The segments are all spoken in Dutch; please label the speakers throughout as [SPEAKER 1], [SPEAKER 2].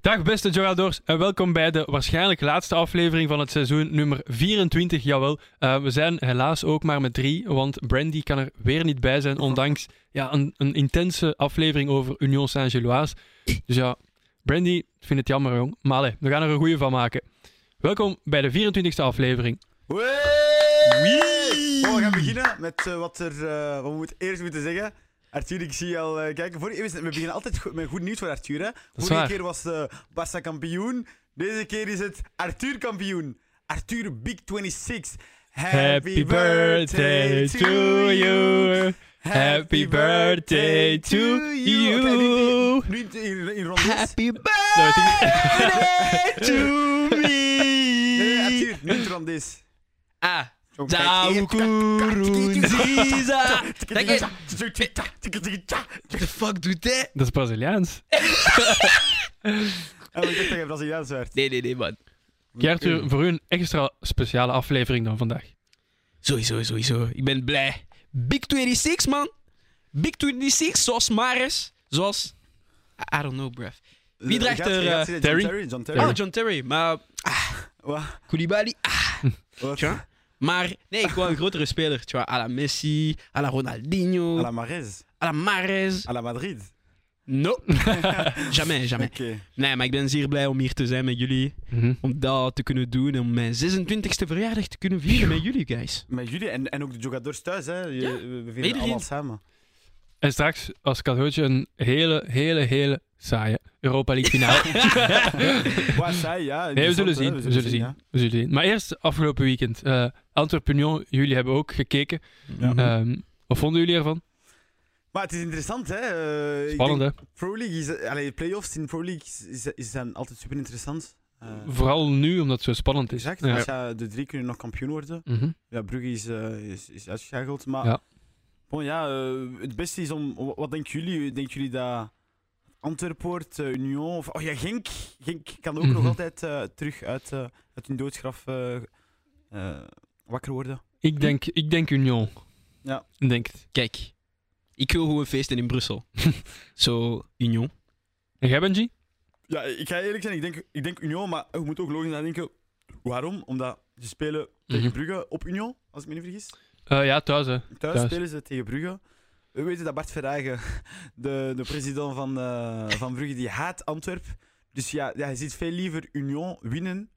[SPEAKER 1] Dag beste Joradors en welkom bij de waarschijnlijk laatste aflevering van het seizoen nummer 24, jawel. Eh, we zijn helaas ook maar met drie, want Brandy kan er weer niet bij zijn, ondanks ja, een, een intense aflevering over Union Saint-Gilloise. Dus ja, Brandy, ik vind het jammer jong, maar allee, we gaan er een goeie van maken. Welkom bij de 24e aflevering.
[SPEAKER 2] Wee! Oh, we gaan beginnen met eh, wat, er, eh, wat we moet- eerst moeten zeggen. Arthur, ik zie je al eh, kijken. Vorige, we beginnen altijd goed- met goed nieuws voor Arthur. Hè? Vorige
[SPEAKER 1] waar.
[SPEAKER 2] keer was eh Barça kampioen. Deze keer is het Arthur kampioen. Arthur Big 26. Happy,
[SPEAKER 1] Happy birthday to you.
[SPEAKER 2] Oké, nu- nu in, in, in rondes.
[SPEAKER 1] Nou,
[SPEAKER 3] birthday to
[SPEAKER 2] Nee, nee,
[SPEAKER 3] me.
[SPEAKER 2] Arthur, nu in rondes.
[SPEAKER 3] Ah,
[SPEAKER 2] Zo, kijk, één,
[SPEAKER 3] Nkurunziza. Dank je.
[SPEAKER 2] En
[SPEAKER 3] What the fuck doet hij?
[SPEAKER 1] Dat is Braziliaans.
[SPEAKER 2] ik dacht dat je Braziliaans werd.
[SPEAKER 3] Nee, nee, nee, man.
[SPEAKER 1] Kijk, Arthur, voor u een extra speciale aflevering dan vandaag.
[SPEAKER 3] Sowieso, sowieso. Ik ben blij. Big 26, man. Big 26, zoals Maris. Zoals... I- I don't know, bruv. Wie draagt
[SPEAKER 2] Gaat-
[SPEAKER 3] er,
[SPEAKER 2] gaat
[SPEAKER 3] eh,
[SPEAKER 2] ze- John
[SPEAKER 1] Terry?
[SPEAKER 2] John Terry.
[SPEAKER 3] Oh, John Terry. Maar
[SPEAKER 2] Wa-
[SPEAKER 3] Koulibaly. Ah,
[SPEAKER 2] wat?
[SPEAKER 3] tja. Maar nee, ik wou een grotere speler. Tja, à la Messi, à la Ronaldinho,
[SPEAKER 2] À la Marais,
[SPEAKER 3] à la Maris.
[SPEAKER 2] à la Madrid.
[SPEAKER 3] No. jamais, jamais.
[SPEAKER 2] Oké.
[SPEAKER 3] Nee, maar ik ben zeer blij om hier te zijn met jullie.
[SPEAKER 1] Mhm.
[SPEAKER 3] Om dat te kunnen doen. Om mijn 26e verjaardag te kunnen vieren met jullie, guys.
[SPEAKER 2] Met jullie en, en ook de jogadors thuis, hè? Je-
[SPEAKER 3] Ja,
[SPEAKER 2] we vinden
[SPEAKER 3] iedereen.
[SPEAKER 2] allemaal samen.
[SPEAKER 1] En straks als cadeautje een hele, hele, hele saaie Europa League finale.
[SPEAKER 2] Wat saai, ja.
[SPEAKER 1] nee, we
[SPEAKER 2] interessant,
[SPEAKER 1] zullen
[SPEAKER 2] hè,
[SPEAKER 1] zien. We zullen zien.
[SPEAKER 2] eh, ja.
[SPEAKER 1] We zullen zien. Maar eerst afgelopen weekend. eh Antwerpen Union, jullie hebben ook gekeken.
[SPEAKER 2] Ja.
[SPEAKER 3] Eh,
[SPEAKER 1] Ehm, wat vonden jullie ervan?
[SPEAKER 2] Maar het is interessant, hè? eh, ik
[SPEAKER 1] Spannend, hè?
[SPEAKER 2] denk, Pro League is... Allee, playoffs in Pro League is, is, is dan altijd Eh, super interessant.
[SPEAKER 1] Vooral nu, omdat het zo spannend is.
[SPEAKER 2] exact.
[SPEAKER 1] Ja.
[SPEAKER 2] want ja, de drie kunnen nog kampioen worden.
[SPEAKER 1] Mhm.
[SPEAKER 2] Ja, Brugge is, eh, is, is uitgeschakeld. Maar
[SPEAKER 1] Ja.
[SPEAKER 2] Bon, ja, eh, het beste is om. wa- Wat denken jullie? Denken jullie dat Antwerpen wordt, eh, Union of. Oh ja, Genk. Genk kan ook nog
[SPEAKER 1] Mhm.
[SPEAKER 2] altijd eh, terug uit, eh, uit hun doodgraf eh, eh, wakker worden.
[SPEAKER 1] Ik, denk, ik denk Union.
[SPEAKER 2] Ja.
[SPEAKER 1] Ik denk het.
[SPEAKER 3] Kijk, ik wil gewoon feesten in Brussel. Zo, Union.
[SPEAKER 1] En jij, Benji?
[SPEAKER 2] Ja, ik ga eerlijk zijn, ik denk, ik denk Union, maar je moet ook logisch nadenken. Waarom? Omdat ze spelen tegen
[SPEAKER 1] Mhm.
[SPEAKER 2] Brugge op Union, als ik me niet vergis.
[SPEAKER 1] Eh, ja, thuis, hè.
[SPEAKER 2] Thuis,
[SPEAKER 1] Thuis.
[SPEAKER 2] spelen ze tegen Brugge. We weten dat Bart Verhagen, de, de president van, eh, van Brugge, die haat Antwerp. Dus ja, ja, hij ziet veel liever Union winnen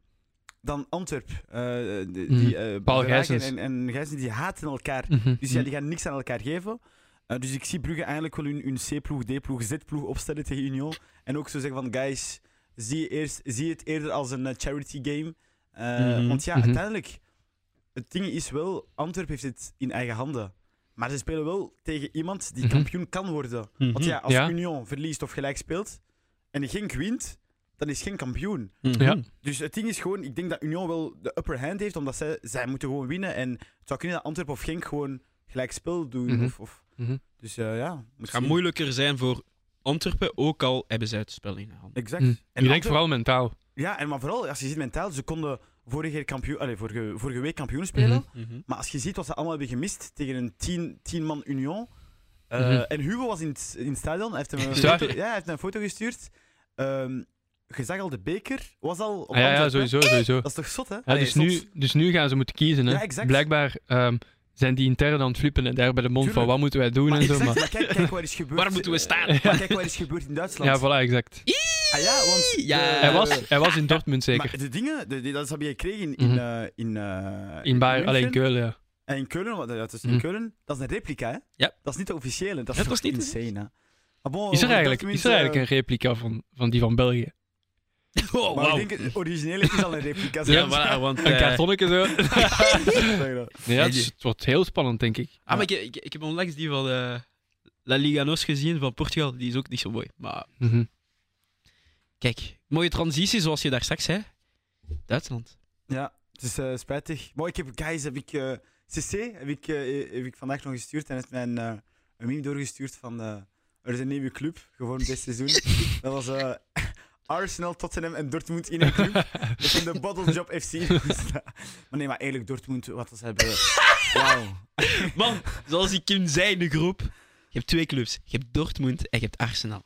[SPEAKER 2] dan Antwerp. Eh, de- die, eh,
[SPEAKER 1] Mhm. Paul
[SPEAKER 2] Verhagen
[SPEAKER 1] Gijsens.
[SPEAKER 2] En, en Gijsens, die haten elkaar.
[SPEAKER 1] Mhm.
[SPEAKER 2] Dus ja, die gaan niks aan elkaar geven. Eh, dus ik zie Brugge eigenlijk wel hun, hun C-ploeg, D-ploeg, Z-ploeg opstellen tegen Union. En ook zo zeggen van, guys, zie, eerst, zie het eerder als een eh, charity game. Eh,
[SPEAKER 3] Mhm.
[SPEAKER 2] Want ja,
[SPEAKER 1] Mhm.
[SPEAKER 2] uiteindelijk, het ding is wel, Antwerp heeft het in eigen handen. Maar ze spelen wel tegen iemand die
[SPEAKER 1] Mhm.
[SPEAKER 2] kampioen kan worden. Want ja, als
[SPEAKER 1] Ja.
[SPEAKER 2] Union verliest of gelijk speelt, en Genk wint, dan is geen kampioen.
[SPEAKER 3] Mhm.
[SPEAKER 1] Ja.
[SPEAKER 2] Dus het ding is gewoon, ik denk dat Union wel de upper hand heeft, omdat zij, zij moeten gewoon winnen. En het zou kunnen dat Antwerpen of Genk gewoon gelijk spel doen.
[SPEAKER 1] Mhm.
[SPEAKER 2] Of, of,
[SPEAKER 1] Mhm.
[SPEAKER 2] dus eh, ja,
[SPEAKER 3] Het
[SPEAKER 2] moet
[SPEAKER 3] gaat
[SPEAKER 2] zien.
[SPEAKER 3] moeilijker zijn voor Antwerpen, ook al hebben zij het spel in de hand.
[SPEAKER 2] Exact.
[SPEAKER 1] Mhm.
[SPEAKER 2] En
[SPEAKER 1] Je denkt
[SPEAKER 2] Antwerpen-
[SPEAKER 1] vooral mentaal.
[SPEAKER 2] Ja, en maar vooral als je ziet mentaal, ze konden vorige, keer kampioen, allez, vorige, vorige week kampioen spelen.
[SPEAKER 1] Mhm.
[SPEAKER 2] Maar als je ziet wat ze allemaal hebben gemist tegen een 10 10-man Union. eh,
[SPEAKER 1] Mhm.
[SPEAKER 2] En Hugo was in het, in het stadion, hij heeft hem een,
[SPEAKER 1] Sorry.
[SPEAKER 2] foto, ja, hij heeft een foto gestuurd. Ehm, je zag al, de beker was al op
[SPEAKER 1] Ah, ja, ja,
[SPEAKER 2] Antwerpen.
[SPEAKER 1] sowieso, sowieso.
[SPEAKER 2] Dat is toch zot, hè?
[SPEAKER 1] Ja,
[SPEAKER 2] Allee,
[SPEAKER 1] dus,
[SPEAKER 2] zot.
[SPEAKER 1] nu, dus nu gaan ze moeten kiezen. Hè.
[SPEAKER 2] Ja, exact.
[SPEAKER 1] Blijkbaar ehm, zijn die intern aan het flippen en daar bij de mond van
[SPEAKER 2] Tuurlijk.
[SPEAKER 1] wat moeten wij doen
[SPEAKER 2] Maar,
[SPEAKER 1] en zo.
[SPEAKER 2] exact,
[SPEAKER 1] Maar...
[SPEAKER 2] maar kijk, kijk wat er is gebeurd.
[SPEAKER 3] Waar moeten we
[SPEAKER 2] Eh,
[SPEAKER 3] staan?
[SPEAKER 2] Maar kijk wat er is gebeurd in Duitsland.
[SPEAKER 1] Ja, voilà, exact.
[SPEAKER 2] Ah ja, want...
[SPEAKER 3] Ja.
[SPEAKER 2] de-
[SPEAKER 1] Hij was, hij was in Dortmund zeker.
[SPEAKER 2] Maar de dingen, de, die- dat heb je gekregen in... in,
[SPEAKER 1] Mhm.
[SPEAKER 2] eh, in, eh,
[SPEAKER 1] in Bayern, alleen
[SPEAKER 2] München
[SPEAKER 1] Keulen, ja.
[SPEAKER 2] En in Keulen, want eh, dat is in
[SPEAKER 1] Mhm.
[SPEAKER 2] Keulen. Dat is een replica, hè?
[SPEAKER 3] Ja.
[SPEAKER 2] Dat is niet de officiële. Dat is
[SPEAKER 3] Ja, dat is
[SPEAKER 2] toch
[SPEAKER 3] niet-
[SPEAKER 2] insane, hè? Maar bon,
[SPEAKER 1] Is er,
[SPEAKER 2] over
[SPEAKER 1] eigenlijk,
[SPEAKER 2] Dortmund,
[SPEAKER 1] is er
[SPEAKER 2] eh,
[SPEAKER 1] eigenlijk een replica van, van die van België?
[SPEAKER 3] Oh,
[SPEAKER 2] Maar
[SPEAKER 3] wauw.
[SPEAKER 2] ik denk, het originele is al een replica.
[SPEAKER 3] Ja, voilà, want...
[SPEAKER 1] Een
[SPEAKER 3] eh,
[SPEAKER 1] kartonnetje zo?
[SPEAKER 2] voilà.
[SPEAKER 1] Nee, ja, het, is- het wordt heel spannend, denk ik.
[SPEAKER 3] ah, maar ik, ik, ik heb onlangs die van eh, La Liga NOS gezien van Portugal. Die is ook niet zo mooi. Maar
[SPEAKER 1] Mhm.
[SPEAKER 3] kijk, mooie transitie zoals je daar straks zei. Duitsland.
[SPEAKER 2] Ja, het is eh, spijtig. Maar ik heb, guys, heb ik... eh, CC heb ik, eh, heb ik vandaag nog gestuurd en heeft mij een, eh, een meme doorgestuurd van... eh, er is een nieuwe club, gevormd dit seizoen. Dat was eh, Arsenal, Tottenham en Dortmund in een club. Dat is de Bottle Job FC. eh, maar nee, maar eerlijk, Dortmund, wat ze hebben... Wauw.
[SPEAKER 3] Man, zoals ik Kim zei in de groep. Je hebt twee clubs. Je hebt Dortmund en je hebt Arsenal.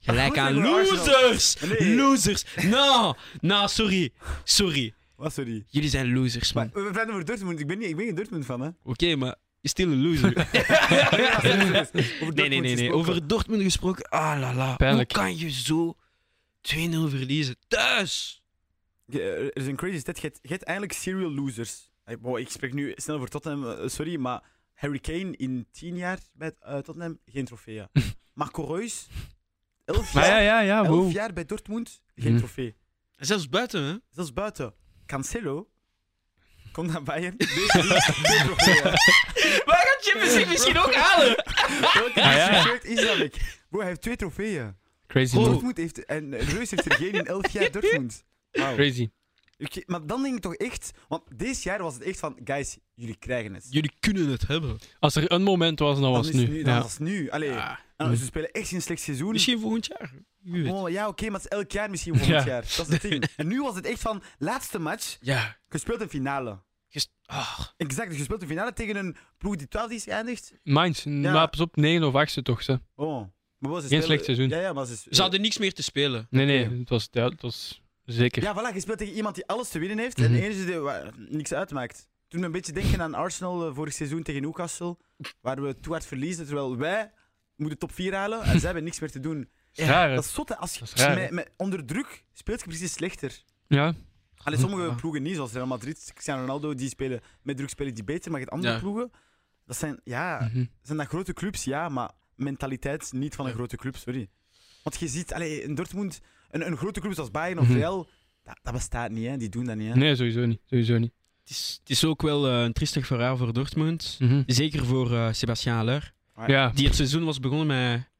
[SPEAKER 3] Gelijk
[SPEAKER 2] Goed,
[SPEAKER 3] aan
[SPEAKER 2] ik wil Arsenal.
[SPEAKER 3] losers!
[SPEAKER 2] Nee.
[SPEAKER 3] Losers! Nou, nou, sorry. Sorry.
[SPEAKER 2] Wat, sorry.
[SPEAKER 3] Jullie zijn losers,
[SPEAKER 2] Maar
[SPEAKER 3] man.
[SPEAKER 2] we zijn over Dortmund. Ik ben, niet, ik ben geen Dortmund van, hè?
[SPEAKER 3] Oké, maar je still een loser. nee, nee, nee, nee. Over Dortmund gesproken. Ah, la la.
[SPEAKER 1] Pijnlijk.
[SPEAKER 3] Hoe kan je zo 2-0 verliezen? Thuis!
[SPEAKER 2] Ja, eh, Er is een crazy stat. Je hebt- je hebt eigenlijk serial losers. Hey, wow, ik spreek nu snel voor Tottenham, eh, sorry, maar Harry Kane in 10 jaar bij eh, Tottenham, geen trofee. ja. Marco Reus, 11
[SPEAKER 1] Maar ja,
[SPEAKER 2] jaar,
[SPEAKER 1] ja, ja.
[SPEAKER 2] 11
[SPEAKER 1] Wow.
[SPEAKER 2] jaar bij Dortmund, geen
[SPEAKER 1] Hmm.
[SPEAKER 2] trofee.
[SPEAKER 3] En zelfs buiten, hè?
[SPEAKER 2] Dat is buiten. Cancelo, kom naar Bayern, nee, geen trofee. ja.
[SPEAKER 3] Waar gaat Champions League misschien ook halen?
[SPEAKER 2] Welke
[SPEAKER 1] Ah, ja.
[SPEAKER 2] shirt is dat? ik? Bro, hij heeft twee trofeeën.
[SPEAKER 1] Crazy,
[SPEAKER 3] Oh.
[SPEAKER 1] man.
[SPEAKER 2] Dortmund heeft, en eh, Reus heeft er geen in 11 jaar Dortmund. Wauw.
[SPEAKER 1] Crazy.
[SPEAKER 2] Oké, maar dan denk ik toch echt, want dit jaar was het echt van, guys, jullie krijgen het.
[SPEAKER 3] Jullie kunnen het hebben.
[SPEAKER 1] Als er een moment was, dan was
[SPEAKER 2] Dan
[SPEAKER 1] het
[SPEAKER 2] is het
[SPEAKER 1] nu.
[SPEAKER 2] dan
[SPEAKER 1] Ja.
[SPEAKER 2] was het nu. Allee,
[SPEAKER 3] Ja.
[SPEAKER 2] en ze spelen echt geen slecht seizoen.
[SPEAKER 3] Misschien volgend jaar. Wie weet.
[SPEAKER 2] Oh, ja, oké, maar het is elk jaar misschien volgend
[SPEAKER 1] Ja.
[SPEAKER 2] jaar. Dat is het ding. En nu was het echt van, laatste match,
[SPEAKER 3] Ja.
[SPEAKER 2] gespeeld een finale.
[SPEAKER 3] Gest- Ah.
[SPEAKER 2] Exact, gespeeld een finale tegen een ploeg die 12 is geëindigd.
[SPEAKER 1] Mainz, maar pas op, 9 of 8 toch, ze.
[SPEAKER 2] Oh. Maar wel, ze
[SPEAKER 1] Geen
[SPEAKER 2] spelen-
[SPEAKER 1] slecht seizoen.
[SPEAKER 2] Ja, ja, maar ze...
[SPEAKER 3] Ze hadden niks meer te spelen.
[SPEAKER 1] Nee, nee,
[SPEAKER 2] Oké.
[SPEAKER 1] het was, ja, het was zeker.
[SPEAKER 2] Ja, voilà, gespeeld tegen iemand die alles te winnen heeft en
[SPEAKER 1] Mhm.
[SPEAKER 2] de enige die waar niks uitmaakt. Toen we een beetje denken aan Arsenal eh, vorig seizoen tegen Newcastle, waar we te hard verliezen, terwijl wij moeten top 4 halen en zij hebben niks meer te doen.
[SPEAKER 1] Raar, hè?
[SPEAKER 2] Dat is zotte. Als je
[SPEAKER 1] Dat is raar, hè?
[SPEAKER 2] met, met onder druk speelt je precies slechter.
[SPEAKER 1] Ja.
[SPEAKER 2] Allee, sommige
[SPEAKER 3] Ja.
[SPEAKER 2] ploegen niet, zoals Real Madrid, Cristiano Ronaldo, die spelen met druk spelen die beter, maar je hebt andere
[SPEAKER 3] Ja.
[SPEAKER 2] ploegen, dat zijn, ja,
[SPEAKER 1] Mhm.
[SPEAKER 2] zijn dat grote clubs, ja, maar mentaliteit niet van een
[SPEAKER 3] Ja.
[SPEAKER 2] grote club, sorry. Want je ziet, allee, in Dortmund, een, een grote club zoals Bayern of
[SPEAKER 1] Mhm.
[SPEAKER 2] Real, dat, dat bestaat niet, hè. die doen dat niet. Hè.
[SPEAKER 1] Nee, sowieso niet. Sowieso niet.
[SPEAKER 3] Het is, het is ook wel eh, een triestig verhaal voor Dortmund.
[SPEAKER 1] Mhm.
[SPEAKER 3] Zeker voor eh Sebastian Haller.
[SPEAKER 1] Ja.
[SPEAKER 3] Die het seizoen was begonnen met...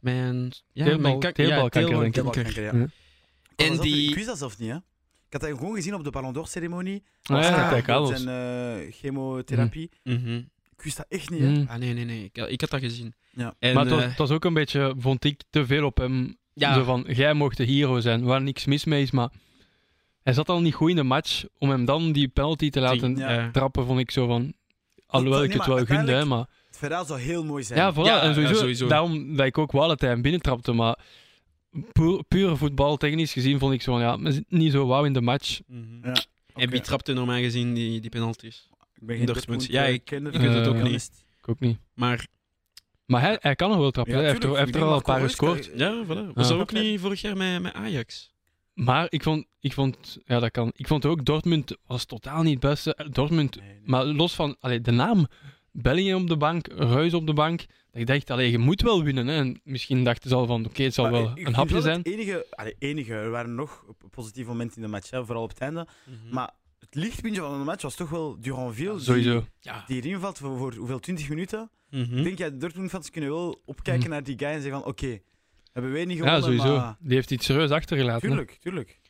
[SPEAKER 3] Met een... Ja,
[SPEAKER 1] Teerbal-
[SPEAKER 3] met een kak- ja,
[SPEAKER 1] teerbalkanker, denk ik.
[SPEAKER 3] teerbalkanker.
[SPEAKER 2] Kanker, ja.
[SPEAKER 1] Ja.
[SPEAKER 2] Ik kon
[SPEAKER 3] En
[SPEAKER 2] dat zelf-
[SPEAKER 3] die-
[SPEAKER 2] Ik wist dat zelf niet, hè. Ik had dat gewoon gezien op de Ballon d'Or ceremonie.
[SPEAKER 1] Ah, ja,
[SPEAKER 2] Als-
[SPEAKER 1] kijk, alles.
[SPEAKER 2] En eh, chemotherapie.
[SPEAKER 3] Mhm.
[SPEAKER 2] Ik wist dat echt niet, hè.
[SPEAKER 1] Mhm.
[SPEAKER 3] Ah, nee, nee, nee. Ik, ik had dat gezien.
[SPEAKER 2] Ja.
[SPEAKER 3] En,
[SPEAKER 1] Maar het was,
[SPEAKER 3] eh,
[SPEAKER 1] het was ook een beetje, vond ik, te veel op hem.
[SPEAKER 3] ja,
[SPEAKER 1] Zo van, jij mocht de hero zijn, waar niks mis mee is, maar... Hij zat al niet goed in de match. Om hem dan die penalty te laten
[SPEAKER 2] Ja.
[SPEAKER 3] ja.
[SPEAKER 1] trappen, vond ik zo van... Alhoewel
[SPEAKER 2] Nee,
[SPEAKER 1] ik het wel
[SPEAKER 2] maar
[SPEAKER 1] gunde, hè,
[SPEAKER 2] uiteindelijk-
[SPEAKER 1] maar...
[SPEAKER 2] Het verhaal zou heel mooi zijn.
[SPEAKER 1] Ja, voilà.
[SPEAKER 3] Ja,
[SPEAKER 1] en sowieso,
[SPEAKER 3] ja, sowieso.
[SPEAKER 1] Daarom dat ik ook wou dat hij hem binnentrapte, maar... Puur, puur voetbaltechnisch gezien vond ik zo van, ja, we zitten niet zo wauw in de match.
[SPEAKER 3] Mhm.
[SPEAKER 2] Ja.
[SPEAKER 3] En wie trapte normaal gezien die, die penalties?
[SPEAKER 2] Ik ben eh,
[SPEAKER 3] geen Dortmund. Ja, ik- ik weet
[SPEAKER 1] het ook niet. Ik ook niet.
[SPEAKER 3] Maar
[SPEAKER 1] Maar hij, hij kan nog wel trappen.
[SPEAKER 2] Ja,
[SPEAKER 1] hè. hij heeft er,
[SPEAKER 2] tuurlijk.
[SPEAKER 1] hij heeft
[SPEAKER 2] Ik eh,
[SPEAKER 1] er al
[SPEAKER 2] denk
[SPEAKER 1] een
[SPEAKER 2] Marco
[SPEAKER 1] paar
[SPEAKER 2] Reus kan-
[SPEAKER 1] gescoord.
[SPEAKER 3] ja, voilà. Was
[SPEAKER 1] Ja.
[SPEAKER 3] dat ook niet vorig jaar met, met Ajax?
[SPEAKER 1] Maar ik vond, ik vond, ja, dat kan. Ik vond ook Dortmund was totaal niet het beste. Eh, Dortmund,
[SPEAKER 2] Nee, nee.
[SPEAKER 1] maar los van allee, de naam, Bellingham op de bank, Reus op de bank. Dat ik dacht, allee, je moet wel winnen. Hè. En misschien dachten ze al van, oké, het zal
[SPEAKER 2] Maar
[SPEAKER 1] wel
[SPEAKER 2] ik- ik
[SPEAKER 1] een
[SPEAKER 2] vind
[SPEAKER 1] hapje
[SPEAKER 2] wel
[SPEAKER 1] zijn.
[SPEAKER 2] Het enige, allee, enige, er waren nog positieve momenten in de match, hè, vooral op het einde. Maar het lichtpuntje van de match was toch wel Duranville.
[SPEAKER 1] Sowieso.
[SPEAKER 3] ja.
[SPEAKER 2] Die, die erin valt voor, voor hoeveel, 20 minuten.
[SPEAKER 3] Mhm.
[SPEAKER 2] Ik denk, ja, de Dortmund-fans kunnen wel opkijken
[SPEAKER 1] Hm.
[SPEAKER 2] naar die guy en zeggen van, oké, hebben wij niet gewonnen,
[SPEAKER 1] Ja, sowieso.
[SPEAKER 2] maar...
[SPEAKER 1] Die heeft iets serieus achtergelaten. hè.
[SPEAKER 2] Tuurlijk, tuurlijk.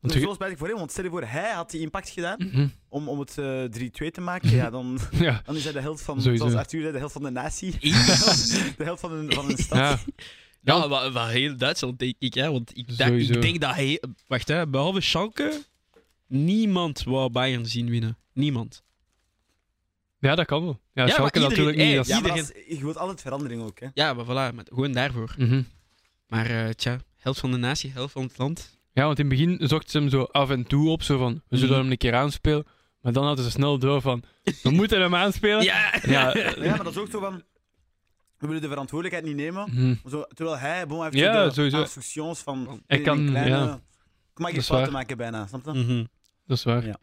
[SPEAKER 1] Want
[SPEAKER 2] Dat is
[SPEAKER 1] je-
[SPEAKER 2] wel spijtig voor hem, want stel je voor, hij had die impact gedaan
[SPEAKER 1] Mhm.
[SPEAKER 2] om, om het eh, 3-2 te maken. Ja, dan,
[SPEAKER 1] Ja,
[SPEAKER 2] dan is hij de held van,
[SPEAKER 1] Sowieso.
[SPEAKER 2] zoals Arthur zei, de held van de natie. de held van een, van een stad.
[SPEAKER 1] ja.
[SPEAKER 3] Ja, wa- wa- heel Duitsland denk ik, hè, want ik, dacht,
[SPEAKER 1] Sowieso.
[SPEAKER 3] ik denk dat hij... Wacht, hè, behalve Schalke, niemand wou Bayern zien winnen. Niemand.
[SPEAKER 1] ja, dat kan wel. Ja,
[SPEAKER 3] Ja,
[SPEAKER 1] Schalke
[SPEAKER 3] maar
[SPEAKER 1] natuurlijk
[SPEAKER 3] iedereen-
[SPEAKER 1] niet. Dat is-
[SPEAKER 2] Ja, maar dat is- je wilt altijd verandering ook, hè.
[SPEAKER 3] Ja, maar voilà, maar gewoon daarvoor.
[SPEAKER 1] Mhm.
[SPEAKER 3] Maar eh, tja, helft van de natie, helft van het land.
[SPEAKER 1] Ja, want in het begin zochten ze hem zo af en toe op, zo van, we zullen
[SPEAKER 3] Mhm.
[SPEAKER 1] hem een keer aanspelen. Maar dan hadden ze snel door van, we moeten hem aanspelen.
[SPEAKER 3] Ja!
[SPEAKER 1] Ja. eh,
[SPEAKER 2] Ja, maar dat is ook zo van... We willen de verantwoordelijkheid niet nemen.
[SPEAKER 1] Mhm.
[SPEAKER 2] Zo, terwijl hij, bon, hij heeft
[SPEAKER 1] Ja,
[SPEAKER 2] de
[SPEAKER 1] sowieso.
[SPEAKER 2] instructions van...
[SPEAKER 1] Hij
[SPEAKER 2] die
[SPEAKER 1] kan-
[SPEAKER 2] kleine,
[SPEAKER 1] ja.
[SPEAKER 2] Ik mag
[SPEAKER 1] Dat
[SPEAKER 2] geen
[SPEAKER 1] is waar.
[SPEAKER 2] fouten maken bijna, snap je?
[SPEAKER 3] Mhm.
[SPEAKER 1] Dat is waar.
[SPEAKER 2] Ja.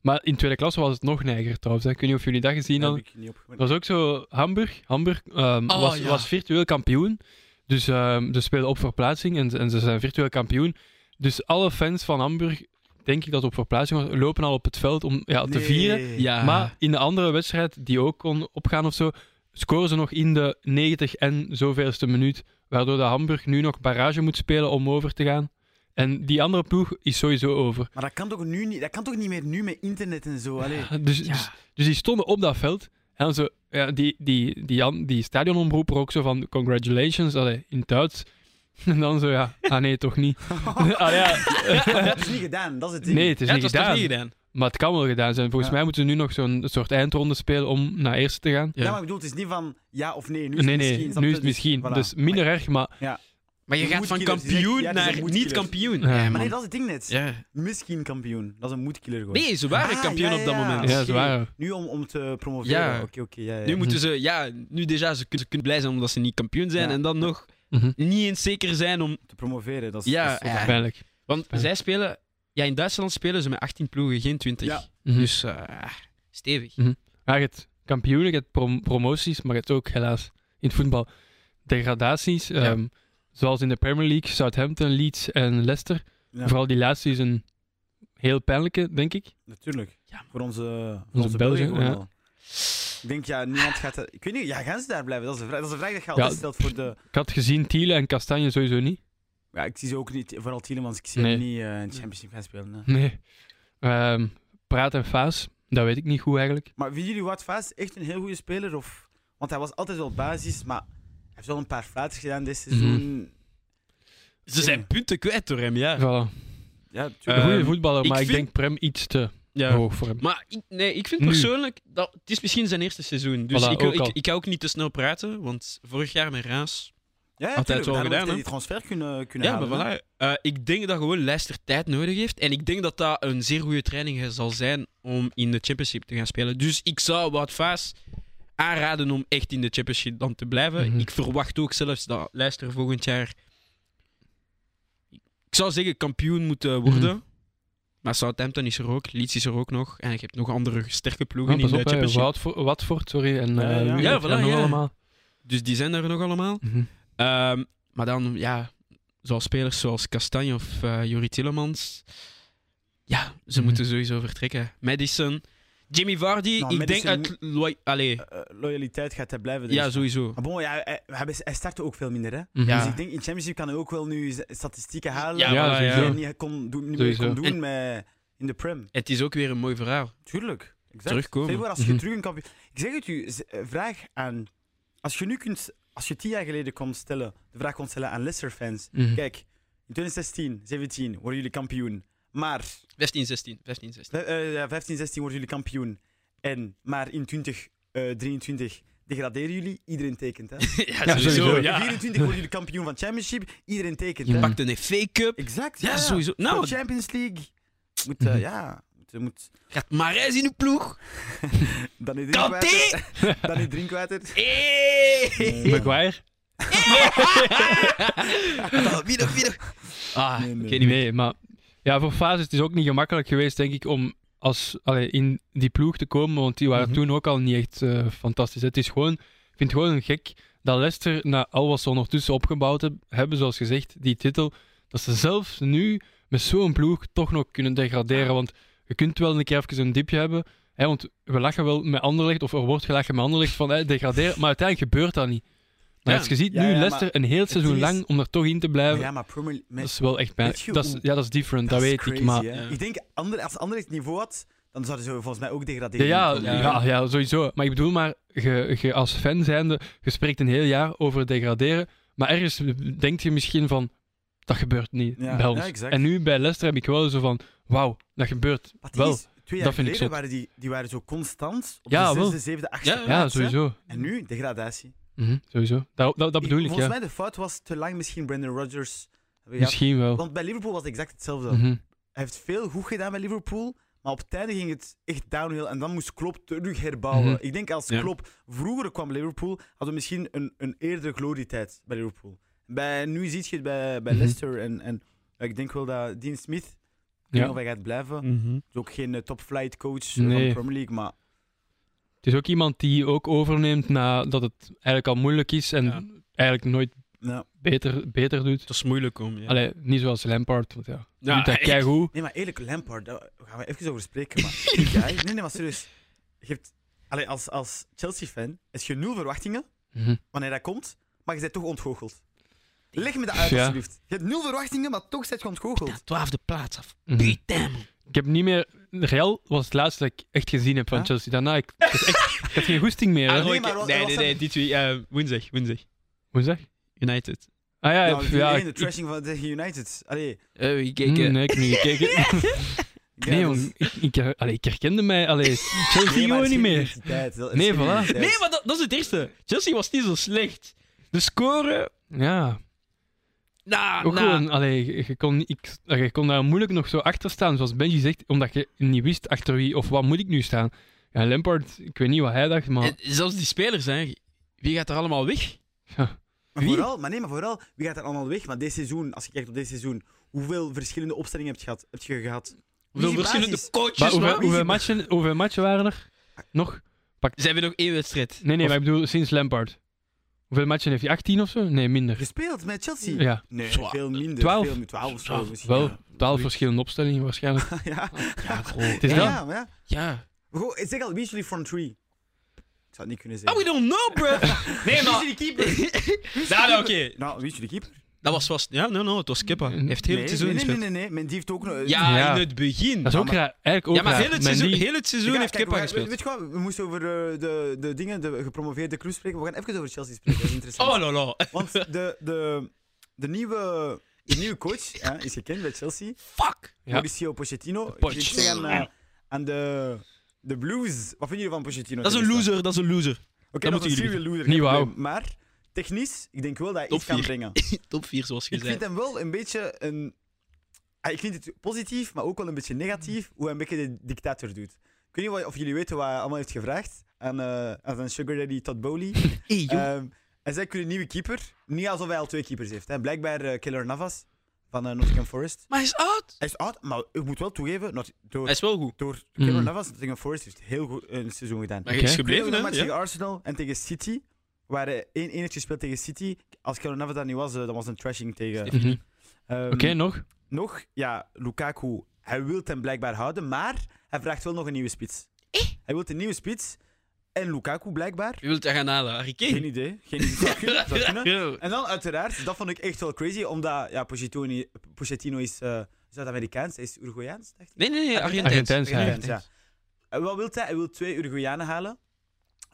[SPEAKER 1] Maar in tweede klas was het nog neiger trouwens. hè. Ik weet niet of jullie dat gezien
[SPEAKER 2] Dat
[SPEAKER 1] hadden.
[SPEAKER 2] heb ik niet opgemerkt.
[SPEAKER 1] Het was ook zo, Hamburg, Hamburg ehm,
[SPEAKER 3] Oh,
[SPEAKER 1] was,
[SPEAKER 3] ja.
[SPEAKER 1] was virtueel kampioen. Dus ehm, ze spelen op verplaatsing en, ze- en ze zijn virtueel kampioen. Dus alle fans van Hamburg, denk ik dat op verplaatsing was, lopen al op het veld om ja, te
[SPEAKER 2] Nee.
[SPEAKER 1] vieren.
[SPEAKER 3] Ja.
[SPEAKER 1] Maar in de andere wedstrijd, die ook kon opgaan of zo, scoren ze nog in de 90 en zoveelste minuut. Waardoor de Hamburg nu nog barrage moet spelen om over te gaan. En die andere ploeg is sowieso over.
[SPEAKER 2] Maar dat kan toch nu niet... Dat kan toch niet meer nu met internet en zo, allee.
[SPEAKER 1] Dus, dus,
[SPEAKER 3] Ja.
[SPEAKER 1] dus die stonden op dat veld. En zo, ja, die, die, die, an- die stadionomroeper ook zo van congratulations, allee, in het Duits. En dan zo, ja, ah nee, toch niet. Allee, ja.
[SPEAKER 2] dat is niet gedaan, dat is het ding.
[SPEAKER 1] Nee, het is
[SPEAKER 3] Ja,
[SPEAKER 1] dus niet
[SPEAKER 3] het was toch
[SPEAKER 1] gedaan.
[SPEAKER 3] niet gedaan.
[SPEAKER 1] Maar het kan wel gedaan zijn. Volgens
[SPEAKER 2] Ja.
[SPEAKER 1] mij moeten ze nu nog zo'n soort eindronde spelen om naar eerste te gaan.
[SPEAKER 3] Ja.
[SPEAKER 2] Ja, maar ik bedoel, het is niet van ja of nee. Nu is
[SPEAKER 1] Nee,
[SPEAKER 2] het
[SPEAKER 1] nee,
[SPEAKER 2] misschien. snap
[SPEAKER 1] nu
[SPEAKER 2] je?
[SPEAKER 1] is het
[SPEAKER 2] Dus-
[SPEAKER 1] misschien.
[SPEAKER 2] voilà.
[SPEAKER 1] Dus minder erg, maar
[SPEAKER 3] Maar je
[SPEAKER 2] Die
[SPEAKER 3] gaat van
[SPEAKER 2] moedkillers, die zeggen-
[SPEAKER 3] kampioen
[SPEAKER 2] ja, dus die zijn
[SPEAKER 3] naar niet
[SPEAKER 2] moedkillers.
[SPEAKER 3] kampioen.
[SPEAKER 1] Ja,
[SPEAKER 3] Ja,
[SPEAKER 1] maar
[SPEAKER 2] Maar nee,
[SPEAKER 3] man.
[SPEAKER 2] dat is het ding net.
[SPEAKER 3] Ja.
[SPEAKER 2] Misschien kampioen. Dat is een moedkiller gewoon.
[SPEAKER 3] Nee, ze waren
[SPEAKER 2] Ah,
[SPEAKER 3] kampioen
[SPEAKER 2] ja,
[SPEAKER 3] op dat
[SPEAKER 2] ja, ja.
[SPEAKER 3] moment.
[SPEAKER 2] Ah,
[SPEAKER 1] ja, zwaar.
[SPEAKER 2] Nu om, om te promoveren.
[SPEAKER 3] Ja.
[SPEAKER 2] Oké, oké. ja, ja, ja.
[SPEAKER 3] Nu moeten ze, ja, nu déjà, ze kunnen, ze kunnen blij zijn omdat ze niet kampioen zijn.
[SPEAKER 2] Ja.
[SPEAKER 3] En dan nog
[SPEAKER 1] Mhm.
[SPEAKER 3] niet eens zeker zijn om.
[SPEAKER 2] Te promoveren, dat is
[SPEAKER 3] Ja,
[SPEAKER 2] dat is toch
[SPEAKER 3] ja.
[SPEAKER 2] wel-
[SPEAKER 1] Pijnlijk.
[SPEAKER 3] Want
[SPEAKER 1] Ja.
[SPEAKER 3] zij spelen, ja, in Duitsland spelen ze met 18 ploegen, geen 20.
[SPEAKER 2] Ja.
[SPEAKER 1] Mhm.
[SPEAKER 3] Dus eh, stevig.
[SPEAKER 1] Ja, je hebt kampioenen, je hebt prom- promoties, maar je hebt ook helaas in het voetbal degradaties. ehm, zoals in de Premier League, Southampton, Leeds en Leicester.
[SPEAKER 2] Ja.
[SPEAKER 1] Vooral die laatste is een heel pijnlijke, denk ik.
[SPEAKER 2] Natuurlijk.
[SPEAKER 3] Ja, man.
[SPEAKER 2] Voor onze, voor
[SPEAKER 1] Onze
[SPEAKER 2] onze Belgen.
[SPEAKER 1] Belgen,
[SPEAKER 2] gewoon al. Ik denk, ja, niemand gaat... dat- Ik weet niet, ja, gaan ze daar blijven? Dat is een vraag, dat is een vraag dat je altijd
[SPEAKER 1] Ja.
[SPEAKER 2] stelt voor de...
[SPEAKER 1] Ik had gezien Thiele en Kastanje sowieso niet.
[SPEAKER 2] Ja, ik zie ze ook niet, vooral Tielemans, ik zie
[SPEAKER 1] Nee.
[SPEAKER 2] hem niet eh, in de Championship gaan spelen. hè.
[SPEAKER 1] Nee. Ehm, praat en Faas, dat weet ik niet goed eigenlijk.
[SPEAKER 2] Maar vinden jullie Wout Vaas echt een heel goede speler? Of... Want hij was altijd wel basis, maar hij heeft wel een paar fouten gedaan
[SPEAKER 3] Mhm.
[SPEAKER 2] dit seizoen.
[SPEAKER 3] Ze zijn punten kwijt door hem, ja.
[SPEAKER 1] Voilà.
[SPEAKER 2] Ja,
[SPEAKER 1] Een
[SPEAKER 2] tuurlijk.
[SPEAKER 1] goede
[SPEAKER 3] Ehm,
[SPEAKER 1] voetballer,
[SPEAKER 3] ik
[SPEAKER 1] maar ik
[SPEAKER 3] vind-
[SPEAKER 1] denk Prem iets te
[SPEAKER 3] ja.
[SPEAKER 1] hoog voor hem.
[SPEAKER 3] Maar ik, nee, ik vind
[SPEAKER 1] Oh. Nu.
[SPEAKER 3] persoonlijk, dat, het is misschien zijn eerste seizoen. Dus
[SPEAKER 1] Voilà,
[SPEAKER 3] ik,
[SPEAKER 1] ook
[SPEAKER 3] ik,
[SPEAKER 1] al.
[SPEAKER 3] ik, ga ook niet te snel praten, want vorig jaar met Raas.
[SPEAKER 2] ja, ja,
[SPEAKER 3] altijd
[SPEAKER 2] tuurlijk,
[SPEAKER 3] wel
[SPEAKER 2] daarom
[SPEAKER 3] gedaan,
[SPEAKER 2] heeft hij
[SPEAKER 3] hè?
[SPEAKER 2] die transfer kunnen, kunnen
[SPEAKER 3] Ja, maar
[SPEAKER 2] halen, hè.
[SPEAKER 3] voilà. Eh, ik denk dat gewoon Leicester tijd nodig heeft. En ik denk dat dat een zeer goede training zal zijn om in de Championship te gaan spelen. Dus ik zou Wout Vaas aanraden om echt in de Championship dan te blijven.
[SPEAKER 1] Mhm.
[SPEAKER 3] Ik verwacht ook zelfs dat Leicester volgend jaar... Ik zou zeggen kampioen moet
[SPEAKER 1] Mhm.
[SPEAKER 3] eh, worden. Maar Southampton is er ook, Leeds is er ook nog. En je hebt nog andere sterke ploegen
[SPEAKER 1] Ah,
[SPEAKER 3] in
[SPEAKER 1] pas
[SPEAKER 3] de
[SPEAKER 1] op, hè,
[SPEAKER 3] Championship.
[SPEAKER 1] Watford, Watford, sorry. En,
[SPEAKER 2] Ja,
[SPEAKER 1] eh,
[SPEAKER 2] ja.
[SPEAKER 1] wie-
[SPEAKER 3] Ja,
[SPEAKER 1] en
[SPEAKER 3] voilà,
[SPEAKER 1] nog
[SPEAKER 3] ja.
[SPEAKER 1] allemaal.
[SPEAKER 3] Dus die zijn er nog allemaal.
[SPEAKER 1] Mhm.
[SPEAKER 3] Ehm, maar dan, ja, zoals spelers zoals Kastanje of eh Jori Tillemans. Ja, ze
[SPEAKER 1] Mhm.
[SPEAKER 3] moeten sowieso vertrekken. Madison, Jimmy Vardy,
[SPEAKER 2] Nou,
[SPEAKER 3] ik
[SPEAKER 2] Madison
[SPEAKER 3] denk uit... Lo- Allee,
[SPEAKER 2] Eh, eh, loyaliteit gaat hij blijven. denk
[SPEAKER 3] ja,
[SPEAKER 2] ik.
[SPEAKER 3] sowieso.
[SPEAKER 2] Maar bon, ja, hij, hij, hij startte ook veel minder, hè?
[SPEAKER 1] Mhm.
[SPEAKER 3] Ja.
[SPEAKER 2] Dus ik denk, in Championship kan hij ook wel nu z- statistieken halen.
[SPEAKER 3] Ja,
[SPEAKER 1] Ja,
[SPEAKER 3] voilà,
[SPEAKER 2] die
[SPEAKER 1] sowieso.
[SPEAKER 3] ja.
[SPEAKER 2] hij niet, kon doen, niet meer kon
[SPEAKER 1] Sowieso.
[SPEAKER 2] doen met, in de Prem.
[SPEAKER 3] Het is ook weer een mooi verhaal.
[SPEAKER 2] Tuurlijk. Exact.
[SPEAKER 3] Terugkomen.
[SPEAKER 2] Zeg maar, als je
[SPEAKER 1] Mhm.
[SPEAKER 2] terug een kampioen... Ik zeg het u, z- eh, vraag aan... Als je nu kunt... Als je tien jaar geleden kon stellen, de vraag kon stellen aan Leicester-fans.
[SPEAKER 1] Mhm.
[SPEAKER 2] Kijk, in 2016, 17 worden jullie kampioen. Maar...
[SPEAKER 3] 15, 16. 15, 16.
[SPEAKER 2] eh, eh, ja, 15, 16 worden jullie kampioen. En, maar in 2023 degraderen jullie. Iedereen tekent, hè?
[SPEAKER 3] ja,
[SPEAKER 1] Ja,
[SPEAKER 3] sowieso.
[SPEAKER 1] sowieso.
[SPEAKER 3] Ja.
[SPEAKER 2] In 24 worden jullie kampioen van Championship. Iedereen tekent,
[SPEAKER 1] Je
[SPEAKER 2] hè?
[SPEAKER 1] pakt-
[SPEAKER 3] Pakt een FA Cup.
[SPEAKER 2] Exact.
[SPEAKER 3] Ja, sowieso.
[SPEAKER 2] Nou,
[SPEAKER 3] Nou,
[SPEAKER 2] Champions League. Moet, eh,
[SPEAKER 1] Mhm.
[SPEAKER 2] ja. Moet, moet,
[SPEAKER 3] gaat Marijs in uw ploeg.
[SPEAKER 2] dan niet drinkwater.
[SPEAKER 3] Kanté!
[SPEAKER 2] Dan niet drinkwater.
[SPEAKER 3] Hey!
[SPEAKER 2] Nee.
[SPEAKER 1] Maguire?
[SPEAKER 3] Ah, Wie nog, wie nog? Ah,
[SPEAKER 2] Nee, nee.
[SPEAKER 3] ik weet niet meer.
[SPEAKER 1] Nee, maar ja, voor Faas is het dus ook niet gemakkelijk geweest, denk ik, om als, allee, in die ploeg te komen, want die waren
[SPEAKER 3] Mhm.
[SPEAKER 1] toen ook al niet echt eh, fantastisch. Het is gewoon, ik vind het gewoon een gek dat Leicester, na al wat ze ondertussen opgebouwd heb- hebben, zoals gezegd, die titel, dat ze zelfs nu met zo'n ploeg toch nog kunnen degraderen. Want je kunt wel een keer even een dipje hebben, hè, want we lachen wel met Anderlecht, of er wordt gelachen met Anderlecht van hè, degraderen, maar uiteindelijk gebeurt dat niet. Maar
[SPEAKER 3] Ja.
[SPEAKER 1] als je ziet,
[SPEAKER 2] Ja,
[SPEAKER 1] nu
[SPEAKER 2] ja, maar
[SPEAKER 1] Leicester een heel
[SPEAKER 2] het
[SPEAKER 1] seizoen
[SPEAKER 2] ding is-
[SPEAKER 1] lang om er toch in te
[SPEAKER 2] Maar
[SPEAKER 1] blijven.
[SPEAKER 2] ja, maar Premier League-
[SPEAKER 1] Dat is wel echt
[SPEAKER 2] Weet
[SPEAKER 1] pijnlijk.
[SPEAKER 2] je
[SPEAKER 1] Dat is,
[SPEAKER 2] hoe-
[SPEAKER 1] ja, dat is different, dat,
[SPEAKER 2] is
[SPEAKER 1] weet
[SPEAKER 2] crazy,
[SPEAKER 1] ik. Maar ja,
[SPEAKER 2] hè?
[SPEAKER 3] Ja.
[SPEAKER 2] Ik denk, ander, als Anderlecht het niveau had, dan zouden ze volgens mij ook degraderen.
[SPEAKER 1] ja,
[SPEAKER 2] in de
[SPEAKER 1] ja.
[SPEAKER 2] Premier
[SPEAKER 1] Ja,
[SPEAKER 2] League.
[SPEAKER 1] sowieso. Maar ik bedoel maar, je, je als fan zijnde, je spreekt een heel jaar over degraderen. Maar ergens denk je misschien van, dat gebeurt niet
[SPEAKER 2] Ja,
[SPEAKER 1] bij
[SPEAKER 2] ja,
[SPEAKER 1] ons.
[SPEAKER 2] exact.
[SPEAKER 1] en nu bij Leicester heb ik wel zo van, wauw, dat gebeurt.
[SPEAKER 2] Maar het
[SPEAKER 1] Wel,
[SPEAKER 2] is, twee jaar
[SPEAKER 1] dat vind ik
[SPEAKER 2] geleden
[SPEAKER 1] zot.
[SPEAKER 2] waren die, die waren zo constant op
[SPEAKER 1] Ja,
[SPEAKER 2] de
[SPEAKER 1] wel.
[SPEAKER 2] zesde, zevende, achtste
[SPEAKER 3] Ja,
[SPEAKER 2] plaats,
[SPEAKER 1] Ja,
[SPEAKER 2] hè.
[SPEAKER 1] sowieso.
[SPEAKER 2] En nu degradatie.
[SPEAKER 1] Mhm, sowieso. Dat, dat, dat bedoel ik,
[SPEAKER 2] Volgens
[SPEAKER 1] ja.
[SPEAKER 2] mij de fout was te lang misschien Brendan Rodgers. hebben gehad.
[SPEAKER 1] Misschien wel.
[SPEAKER 2] Want eh, bij Liverpool was het exact hetzelfde.
[SPEAKER 1] Mhm.
[SPEAKER 2] Hij heeft veel goed gedaan bij Liverpool. Maar op het einde ging het echt downhill. En dan moest Klopp terug herbouwen.
[SPEAKER 1] Mhm.
[SPEAKER 2] Ik denk als
[SPEAKER 3] Ja.
[SPEAKER 2] Klopp vroeger kwam bij Liverpool, hadden we misschien een, een eerdere glorietijd bij Liverpool. Bij, nu zie je het bij, bij
[SPEAKER 1] Mhm.
[SPEAKER 2] Leicester. En, en ik denk wel dat Dean Smith, ik weet niet
[SPEAKER 1] Ja.
[SPEAKER 2] of hij gaat blijven. Het is ook geen eh, top flight coach eh, van
[SPEAKER 1] Nee.
[SPEAKER 2] de Premier League. Maar
[SPEAKER 1] Het is ook iemand die ook overneemt nadat het eigenlijk al moeilijk is en
[SPEAKER 3] Ja.
[SPEAKER 1] eigenlijk nooit
[SPEAKER 2] ja.
[SPEAKER 1] beter, beter doet.
[SPEAKER 3] Het is moeilijk om, ja.
[SPEAKER 1] Allee, niet zoals Lampard, want ja,
[SPEAKER 3] Ja,
[SPEAKER 1] doet dat
[SPEAKER 3] ik-
[SPEAKER 1] keigoed.
[SPEAKER 2] Nee, maar eerlijk, Lampard, daar gaan we even over spreken. Maar die guy, nee, nee, maar serieus. Je hebt, allee, als, als Chelsea-fan is je nul verwachtingen.
[SPEAKER 1] Mhm.
[SPEAKER 2] wanneer dat komt, maar je bent toch ontgoocheld. Leg me dat uit,
[SPEAKER 1] Ja.
[SPEAKER 2] alsjeblieft. Je hebt nul verwachtingen, maar toch zit je ontgoocheld.
[SPEAKER 3] twaalfde plaats af.
[SPEAKER 1] Mhm.
[SPEAKER 3] Putain, man.
[SPEAKER 1] Ik heb niet meer. Real was het laatste dat ik echt gezien heb van
[SPEAKER 2] Ja?
[SPEAKER 1] Chelsea. Daarna, ik, ik, had echt, ik had geen goesting meer. Hè?
[SPEAKER 2] Ah, nee, maar wat-
[SPEAKER 3] nee,
[SPEAKER 2] wat
[SPEAKER 3] nee,
[SPEAKER 2] zijn-
[SPEAKER 3] nee, die twee. eh, woensdag, woensdag.
[SPEAKER 1] Hoe zeg?
[SPEAKER 3] United.
[SPEAKER 1] Ah ja,
[SPEAKER 2] Ja,
[SPEAKER 1] ik- ja,
[SPEAKER 2] de
[SPEAKER 1] ik,
[SPEAKER 2] trashing van tegen United. Allee,
[SPEAKER 1] Hmm.
[SPEAKER 3] Eh, we
[SPEAKER 1] Mm, nee, ik heb niet gekeken.
[SPEAKER 2] Ja,
[SPEAKER 1] nee,
[SPEAKER 2] dat is-
[SPEAKER 1] jong, ik, ik, her- allee, ik herkende mij. Allee, Chelsea
[SPEAKER 2] Nee, maar
[SPEAKER 1] gewoon
[SPEAKER 2] het is
[SPEAKER 1] niet
[SPEAKER 2] geen
[SPEAKER 1] meer.
[SPEAKER 2] identiteit, dat is
[SPEAKER 1] Nee,
[SPEAKER 2] geen
[SPEAKER 1] voilà.
[SPEAKER 2] identiteit.
[SPEAKER 3] Nee, maar dat, dat is het eerste. Chelsea was niet zo slecht. De score.
[SPEAKER 1] Ja,
[SPEAKER 2] Ah,
[SPEAKER 3] Nou,
[SPEAKER 1] ook
[SPEAKER 3] nou.
[SPEAKER 1] gewoon. Allee, je- je, kon, niet- ik, allee, je kon daar moeilijk nog zo achter staan, zoals Benji zegt, omdat je niet wist achter wie of wat moet ik nu staan. Ja, Lampard, ik weet niet wat hij dacht, maar
[SPEAKER 2] Eh,
[SPEAKER 3] En Eh, zelfs die spelers, hè. Wie gaat er allemaal weg?
[SPEAKER 2] Maar
[SPEAKER 3] Wie?
[SPEAKER 2] vooral, maar nee, maar vooral, wie gaat er allemaal weg? Maar dit seizoen, als je kijkt op dit seizoen, hoeveel verschillende opstellingen heb je gehad? Heb je gehad?
[SPEAKER 3] Hoeveel
[SPEAKER 2] is de
[SPEAKER 3] verschillende
[SPEAKER 2] basis?
[SPEAKER 3] coaches,
[SPEAKER 1] Maar
[SPEAKER 3] maar
[SPEAKER 1] hoeveel,
[SPEAKER 2] waar.
[SPEAKER 1] hoeveel matchen, hoeveel matchen waren er? Nog?
[SPEAKER 3] Ze hebben nog één wedstrijd.
[SPEAKER 1] Nee, nee, maar ik bedoel sinds Lampard. Hoeveel matchen heeft hij? 18 of zo? Nee, minder.
[SPEAKER 2] Gespeeld met Chelsea?
[SPEAKER 1] Ja,
[SPEAKER 2] Nee,
[SPEAKER 3] Twa-
[SPEAKER 2] veel minder.
[SPEAKER 1] twaalf.
[SPEAKER 2] Veel, twaalf of zo misschien.
[SPEAKER 1] wel
[SPEAKER 2] ja.
[SPEAKER 1] 12 verschillende opstellingen waarschijnlijk.
[SPEAKER 2] ja.
[SPEAKER 3] Ja, goh.
[SPEAKER 1] Het is
[SPEAKER 2] ja,
[SPEAKER 1] dat.
[SPEAKER 2] ja, maar ja.
[SPEAKER 3] Ja.
[SPEAKER 2] Goh, ik zeg al, wie is jullie front three? Ik zou het niet kunnen
[SPEAKER 1] Ah,
[SPEAKER 3] Oh, we
[SPEAKER 2] zeggen.
[SPEAKER 3] don't know, bro. nee,
[SPEAKER 2] Wie is
[SPEAKER 3] maar...
[SPEAKER 2] jullie keeper?
[SPEAKER 3] nou, nou, oké.
[SPEAKER 2] Nou, wie is jullie keeper?
[SPEAKER 3] Dat was vast... Ja, nee, nee, het was Kepa. Hij heeft heel
[SPEAKER 2] nee,
[SPEAKER 3] het seizoen
[SPEAKER 2] nee, nee, nee,
[SPEAKER 3] gespeeld.
[SPEAKER 2] nee, nee, men die heeft ook nog...
[SPEAKER 3] Ja,
[SPEAKER 1] Ja.
[SPEAKER 3] in het begin.
[SPEAKER 1] Dat is ook raar. Eigenlijk ook
[SPEAKER 3] ja, maar
[SPEAKER 1] raar.
[SPEAKER 3] heel het
[SPEAKER 1] Mandy-
[SPEAKER 3] seizoen, heel het seizoen
[SPEAKER 2] Ja,
[SPEAKER 3] heeft
[SPEAKER 2] kijk,
[SPEAKER 3] Kepa
[SPEAKER 2] we gaan-
[SPEAKER 3] gespeeld.
[SPEAKER 2] Weet je wat, we moesten over eh, de, de dingen, de gepromoveerde clubs spreken. We gaan even over Chelsea spreken, dat is interessant.
[SPEAKER 3] Oh, lolo.
[SPEAKER 2] Want de, de, de, nieuwe, de nieuwe coach hè, is gekend bij Chelsea,
[SPEAKER 3] Fuck.
[SPEAKER 1] Ja.
[SPEAKER 2] Mauricio Pochettino.
[SPEAKER 3] Poch.
[SPEAKER 2] Ik zeg aan, eh, aan de, de Blues, wat vinden jullie van Pochettino?
[SPEAKER 3] Dat is een loser, dat is een loser.
[SPEAKER 2] Oké, dat is een
[SPEAKER 3] Dat moeten jullie
[SPEAKER 2] serieuze loser.
[SPEAKER 1] Niet
[SPEAKER 2] geen
[SPEAKER 1] wauw.
[SPEAKER 2] probleem. Maar technisch, ik denk wel dat hij
[SPEAKER 3] Top
[SPEAKER 2] iets kan
[SPEAKER 3] vier.
[SPEAKER 2] brengen.
[SPEAKER 3] Top 4, zoals
[SPEAKER 2] Ik vind
[SPEAKER 3] gezegd.
[SPEAKER 2] hem wel een beetje een. Ah, Ik vind het positief, maar ook wel een beetje negatief hoe hij een beetje de dictator doet. Ik weet niet wat- of jullie weten wat hij allemaal heeft gevraagd aan, eh, aan zijn sugar daddy Todd Bowley.
[SPEAKER 3] Hey, joh.
[SPEAKER 2] Ehm, hij zei, ik wil een nieuwe keeper. Niet alsof hij al twee keepers heeft. Hè. Blijkbaar eh Keller Navas van eh, Nottingham Forest.
[SPEAKER 3] Maar hij is oud.
[SPEAKER 2] Hij is oud, maar ik moet wel toegeven, not- door,
[SPEAKER 3] Hij is wel goed.
[SPEAKER 2] door Keller
[SPEAKER 1] Mm.
[SPEAKER 2] Navas, Nottingham Forest heeft heel goed een seizoen gedaan.
[SPEAKER 3] Maar
[SPEAKER 1] Oké.
[SPEAKER 3] hij is
[SPEAKER 2] Ik weet nog
[SPEAKER 3] gebleven,
[SPEAKER 2] een match
[SPEAKER 3] hè. Ja.
[SPEAKER 2] tegen Arsenal en tegen City, waar hij 1-1 heeft gespeeld tegen City. Als Keller Navas daar niet was, eh, dan was een trashing tegen...
[SPEAKER 1] Mhm.
[SPEAKER 2] Ehm,
[SPEAKER 1] Oké, nog?
[SPEAKER 2] Nog, ja, Lukaku, hij wil hem blijkbaar houden, maar hij vraagt wel nog een nieuwe spits.
[SPEAKER 3] Eh?
[SPEAKER 2] Hij wil een nieuwe spits en Lukaku blijkbaar.
[SPEAKER 3] Wie wilt dat gaan halen? Harry
[SPEAKER 2] Geen
[SPEAKER 3] Kane?
[SPEAKER 2] idee, geen idee. Zou kunnen, zou kunnen.
[SPEAKER 3] Ja.
[SPEAKER 2] En dan uiteraard, dat vond ik echt wel crazy, omdat ja, Pochettino, Pochettino is eh, Zuid-Amerikaans, hij is Uruguayaans, dacht ik.
[SPEAKER 3] Nee, nee, nee, Argentijns.
[SPEAKER 1] Argentijns, ja.
[SPEAKER 2] Argentijns, ja. En wat wil hij? Hij wil twee Uruguayanen halen.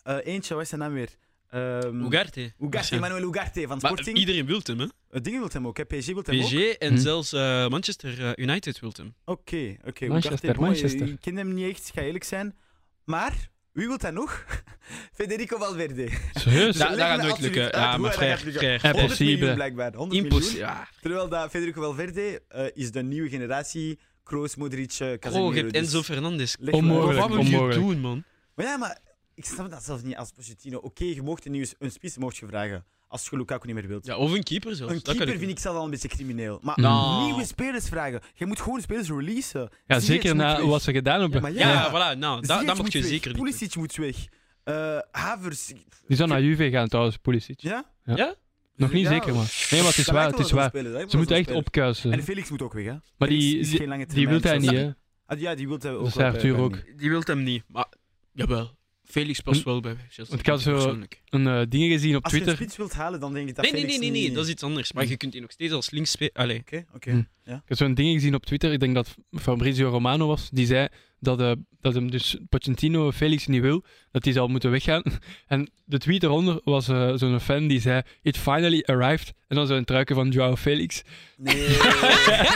[SPEAKER 2] Eh, eentje, wat is zijn naam weer? Ehm,
[SPEAKER 3] Ugarte.
[SPEAKER 2] Ugarte, Manuel Ugarte van
[SPEAKER 3] Maar
[SPEAKER 2] Sporting.
[SPEAKER 3] iedereen wil hem, hè.
[SPEAKER 2] Het ding wil hem ook, hè. PSG wil hem ook.
[SPEAKER 3] PSG en
[SPEAKER 1] Hm.
[SPEAKER 3] zelfs eh, Manchester eh, United wil hem.
[SPEAKER 2] Oké, oké. hoe
[SPEAKER 1] Manchester,
[SPEAKER 2] dacht ik? Mooi,
[SPEAKER 1] Manchester.
[SPEAKER 2] Ik ken hem niet echt, ga eerlijk zijn. Maar, wie wil dat nog? Federico Valverde.
[SPEAKER 1] Serieus?
[SPEAKER 3] Da-
[SPEAKER 2] Leg
[SPEAKER 3] dat gaat
[SPEAKER 2] me
[SPEAKER 3] nooit
[SPEAKER 2] alsjeblieft
[SPEAKER 3] lukken.
[SPEAKER 2] uit
[SPEAKER 3] Ja,
[SPEAKER 2] hoe
[SPEAKER 3] maar
[SPEAKER 2] hij
[SPEAKER 3] vrij,
[SPEAKER 2] dat gaat lukken.
[SPEAKER 3] vrij.
[SPEAKER 2] 100 miljoen
[SPEAKER 1] Impossible.
[SPEAKER 2] blijkbaar. 100
[SPEAKER 3] Impossible.
[SPEAKER 2] miljoen.
[SPEAKER 3] Ja.
[SPEAKER 2] Terwijl dat Federico Valverde eh, is de nieuwe generatie. Kroos, Modric, eh, Casemiro.
[SPEAKER 3] Oh, je hebt
[SPEAKER 2] dus
[SPEAKER 3] Enzo Fernandes.
[SPEAKER 2] leg me
[SPEAKER 1] Onmogelijk,
[SPEAKER 2] uit.
[SPEAKER 3] Wat moet je
[SPEAKER 1] onmogelijk.
[SPEAKER 3] doen, man?
[SPEAKER 2] Maar ja, maar ik snap dat zelf niet als Pochettino. Oké, je mocht een, nieuwe, een spits mocht je vragen. Als je Lukaku niet meer wilt.
[SPEAKER 3] Ja, of een keeper zelfs.
[SPEAKER 2] Een
[SPEAKER 3] dat kan
[SPEAKER 2] keeper vind ik zelf al een beetje crimineel.
[SPEAKER 1] Mm.
[SPEAKER 2] Maar
[SPEAKER 3] Nou.
[SPEAKER 2] nieuwe spelers vragen. Je moet gewoon spelers releasen.
[SPEAKER 1] Ja,
[SPEAKER 2] Ziyech
[SPEAKER 1] zeker
[SPEAKER 2] moet
[SPEAKER 1] na
[SPEAKER 2] weg.
[SPEAKER 1] wat ze gedaan hebben.
[SPEAKER 2] maar
[SPEAKER 3] Ja,
[SPEAKER 2] Ja.
[SPEAKER 3] voilà. Nou, dat, dat
[SPEAKER 2] Ziyech
[SPEAKER 3] mocht je
[SPEAKER 2] weg.
[SPEAKER 3] zeker niet. doen.
[SPEAKER 2] Pulisic moet weg. Eh, Havers.
[SPEAKER 1] Die zou naar Juve gaan trouwens, Pulisic.
[SPEAKER 2] Ja?
[SPEAKER 1] Ja?
[SPEAKER 3] Ja?
[SPEAKER 1] Nog niet
[SPEAKER 2] Ja.
[SPEAKER 1] zeker, man. Nee, maar het is
[SPEAKER 2] Dat
[SPEAKER 1] waar, het
[SPEAKER 2] lijkt wel
[SPEAKER 1] is
[SPEAKER 2] zo'n
[SPEAKER 1] waar.
[SPEAKER 2] speler, dat lijkt
[SPEAKER 1] Ze
[SPEAKER 2] wel
[SPEAKER 1] moeten
[SPEAKER 2] zo'n
[SPEAKER 1] echt
[SPEAKER 2] speler. En
[SPEAKER 1] opkuisen.
[SPEAKER 2] Felix moet ook weg, hè?
[SPEAKER 1] Maar
[SPEAKER 2] Felix
[SPEAKER 1] die,
[SPEAKER 2] is
[SPEAKER 1] die,
[SPEAKER 2] geen lange termijn.
[SPEAKER 1] die wil hij
[SPEAKER 2] Chelsea.
[SPEAKER 1] niet, hè. Dus
[SPEAKER 2] Ah, ja, die wil hij ook.
[SPEAKER 1] Dat is
[SPEAKER 2] wel Eh, bij-
[SPEAKER 1] Arthur
[SPEAKER 2] bij
[SPEAKER 1] ook.
[SPEAKER 2] hem.
[SPEAKER 3] Die wil hem niet. Maar, jawel. Felix past
[SPEAKER 1] Hm.
[SPEAKER 3] wel bij Chelsea.
[SPEAKER 1] Want ik had zo-
[SPEAKER 3] persoonlijk.
[SPEAKER 1] Een eh, ding gezien op
[SPEAKER 2] Als je een
[SPEAKER 1] Twitter.
[SPEAKER 2] spits wilt halen, dan denk ik dat
[SPEAKER 3] Nee, nee,
[SPEAKER 2] Felix
[SPEAKER 3] nee, nee, nee,
[SPEAKER 2] niet-
[SPEAKER 3] dat is iets anders. Maar je kunt die nog steeds als links spelen. Allee.
[SPEAKER 2] Oké,
[SPEAKER 1] Hm.
[SPEAKER 2] oké.
[SPEAKER 1] Ik heb zo'n ding gezien op Twitter. Ik denk dat Fabrizio Romano was. Die zei dat, eh, dat hem dus Pochettino Felix niet wil. Dat die zou moeten weggaan. En de tweet eronder was eh, zo'n fan die zei: It finally arrived. En dan zo'n truiken van Joao Felix.
[SPEAKER 2] Nee.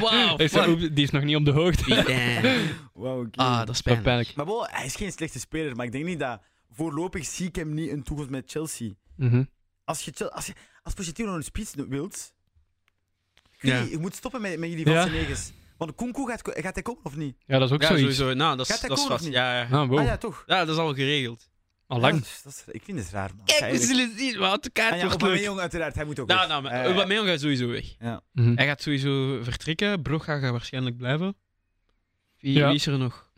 [SPEAKER 3] Wauw.
[SPEAKER 1] Ik zei, "Oep, die is nog niet op de hoogte.
[SPEAKER 2] Wow, oké.
[SPEAKER 3] Ah,
[SPEAKER 1] Dat
[SPEAKER 3] dat is
[SPEAKER 1] is
[SPEAKER 3] pijnlijk.
[SPEAKER 1] pijnlijk.
[SPEAKER 2] Maar wel, hij is geen slechte speler, maar ik denk niet dat... Voorlopig zie ik hem niet een toekomst met Chelsea.
[SPEAKER 1] Mhm.
[SPEAKER 2] Als, je, Chel- als, je, als Pochettino een spits wilt...
[SPEAKER 3] Ja.
[SPEAKER 2] Je moet stoppen met, met jullie
[SPEAKER 1] Ja.
[SPEAKER 2] vaste negens. Want Kunku gaat, gaat hij komen of niet?
[SPEAKER 1] Ja, dat is ook
[SPEAKER 3] Ja,
[SPEAKER 1] zoiets.
[SPEAKER 3] sowieso. Nou, dat is,
[SPEAKER 2] Gaat hij
[SPEAKER 3] dat is
[SPEAKER 2] komen of
[SPEAKER 3] vast.
[SPEAKER 2] niet?
[SPEAKER 3] Ja, ja.
[SPEAKER 1] Ah, wow.
[SPEAKER 2] Ah ja, toch?
[SPEAKER 3] ja, dat is al geregeld.
[SPEAKER 1] Al lang.
[SPEAKER 2] Ja, dat is- dat is- ik vind het raar, man.
[SPEAKER 3] Kijk, dus- we
[SPEAKER 2] Eigenlijk.
[SPEAKER 3] zullen zien. Wat de kaart
[SPEAKER 2] Ah ja,
[SPEAKER 3] wordt leuk.
[SPEAKER 2] Aubameyang uiteraard, hij moet ook
[SPEAKER 3] Nou,
[SPEAKER 2] weg.
[SPEAKER 3] nou, maar
[SPEAKER 2] Eh,
[SPEAKER 3] Aubameyang gaat sowieso weg.
[SPEAKER 1] Mhm.
[SPEAKER 3] Hij gaat sowieso vertrekken. Broga gaat waarschijnlijk blijven. Wie,
[SPEAKER 1] Ja.
[SPEAKER 3] wie is er nog?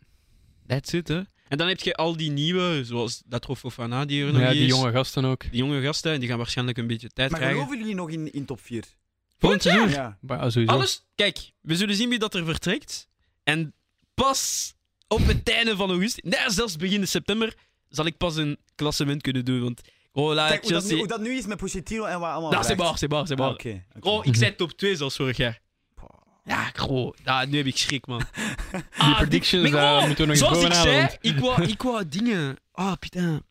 [SPEAKER 3] That's it, hè. En dan heb je al die nieuwe, zoals Datro Fofana, die er nog
[SPEAKER 1] Ja,
[SPEAKER 3] is.
[SPEAKER 1] die jonge gasten ook.
[SPEAKER 3] Die jonge gasten, en die gaan waarschijnlijk een beetje tijd
[SPEAKER 2] maar
[SPEAKER 3] krijgen.
[SPEAKER 2] geloven jullie nog in, in top 4?
[SPEAKER 1] Volgend seizoen.
[SPEAKER 2] Ja.
[SPEAKER 1] Maar, ah, sowieso.
[SPEAKER 3] Alles, kijk, we zullen zien wie dat er vertrekt. En pas op het einde van augustus, nee, zelfs begin september, zal ik pas een klassement kunnen doen. Want, oh, la,
[SPEAKER 2] Kijk, hoe, dat nu,
[SPEAKER 3] Chelsea...
[SPEAKER 2] hoe dat nu is met Pochettino en wat allemaal
[SPEAKER 3] Nou, c'est
[SPEAKER 2] vraagt.
[SPEAKER 3] bar, c'est bar, c'est
[SPEAKER 2] Ah,
[SPEAKER 3] bar.
[SPEAKER 2] Oké. oké.
[SPEAKER 3] Gros, ik zei top 2 zoals vorig jaar. Ja, gro. Ja, nu heb ik schrik, man.
[SPEAKER 1] Die predictions
[SPEAKER 3] dik- maar
[SPEAKER 1] eh,
[SPEAKER 3] gros,
[SPEAKER 1] moeten we nog eens
[SPEAKER 3] ah, oh, Zoals ik
[SPEAKER 1] bovenhalen.
[SPEAKER 3] zei,
[SPEAKER 1] want-
[SPEAKER 3] ik wou, ik wou dingen... Ah, putain.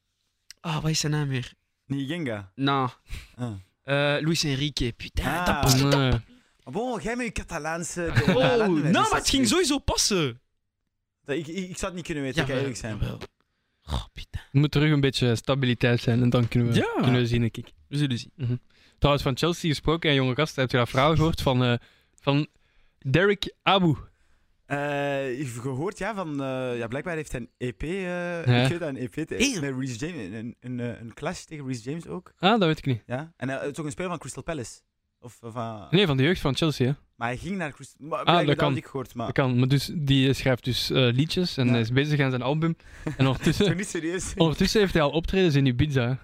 [SPEAKER 3] Ah, wat is zijn naam weer?
[SPEAKER 2] Niet Genga.
[SPEAKER 3] Nou,
[SPEAKER 2] Ah.
[SPEAKER 3] eh, Luis Enrique. Putain, dat
[SPEAKER 2] Ah.
[SPEAKER 3] past niet.
[SPEAKER 1] Nee.
[SPEAKER 2] Maar Maar bon, jij met je Catalaanse...
[SPEAKER 3] Oh,
[SPEAKER 2] Laat me met rust,
[SPEAKER 3] nou, maar het ging
[SPEAKER 2] alsjeblieft.
[SPEAKER 3] sowieso passen.
[SPEAKER 2] Dat- Ik, ik, ik zou het niet kunnen weten, ik ga
[SPEAKER 3] Jawel,
[SPEAKER 2] eerlijk zijn.
[SPEAKER 3] jawel. Goh, Pieter.
[SPEAKER 1] Er moet terug een beetje stabiliteit zijn en dan kunnen we,
[SPEAKER 3] Ja.
[SPEAKER 1] kunnen we zien, denk ik.
[SPEAKER 3] We zullen zien.
[SPEAKER 1] Trouwens, van Chelsea gesproken en jonge gasten, heb je dat verhaal gehoord van, eh, van Derek Abu?
[SPEAKER 2] Eh, ik heb gehoord, ja, van... eh, ja, blijkbaar heeft hij een EP... eh
[SPEAKER 1] Ja.
[SPEAKER 2] Ik weet dat, een EP te,
[SPEAKER 3] Eeuw.
[SPEAKER 2] met Reece James. Een, een, eh, een clash tegen Reece James ook.
[SPEAKER 1] Ah, dat weet ik niet.
[SPEAKER 2] Ja. En hij het is ook een speler van Crystal Palace. Of eh, van...
[SPEAKER 1] Nee, van de jeugd van Chelsea, hè.
[SPEAKER 2] Maar hij ging naar Crystal... Maar,
[SPEAKER 1] Ah, dat
[SPEAKER 2] blijkbaar dat
[SPEAKER 1] kan.
[SPEAKER 2] had ik gehoord, maar...
[SPEAKER 1] Dat kan. Maar dus, die schrijft dus eh, liedjes en
[SPEAKER 2] Ja.
[SPEAKER 1] hij is bezig aan zijn album. En
[SPEAKER 2] Toch
[SPEAKER 1] ondertussen,
[SPEAKER 2] niet serieus?
[SPEAKER 1] ondertussen heeft hij al optredens in Ibiza. hè.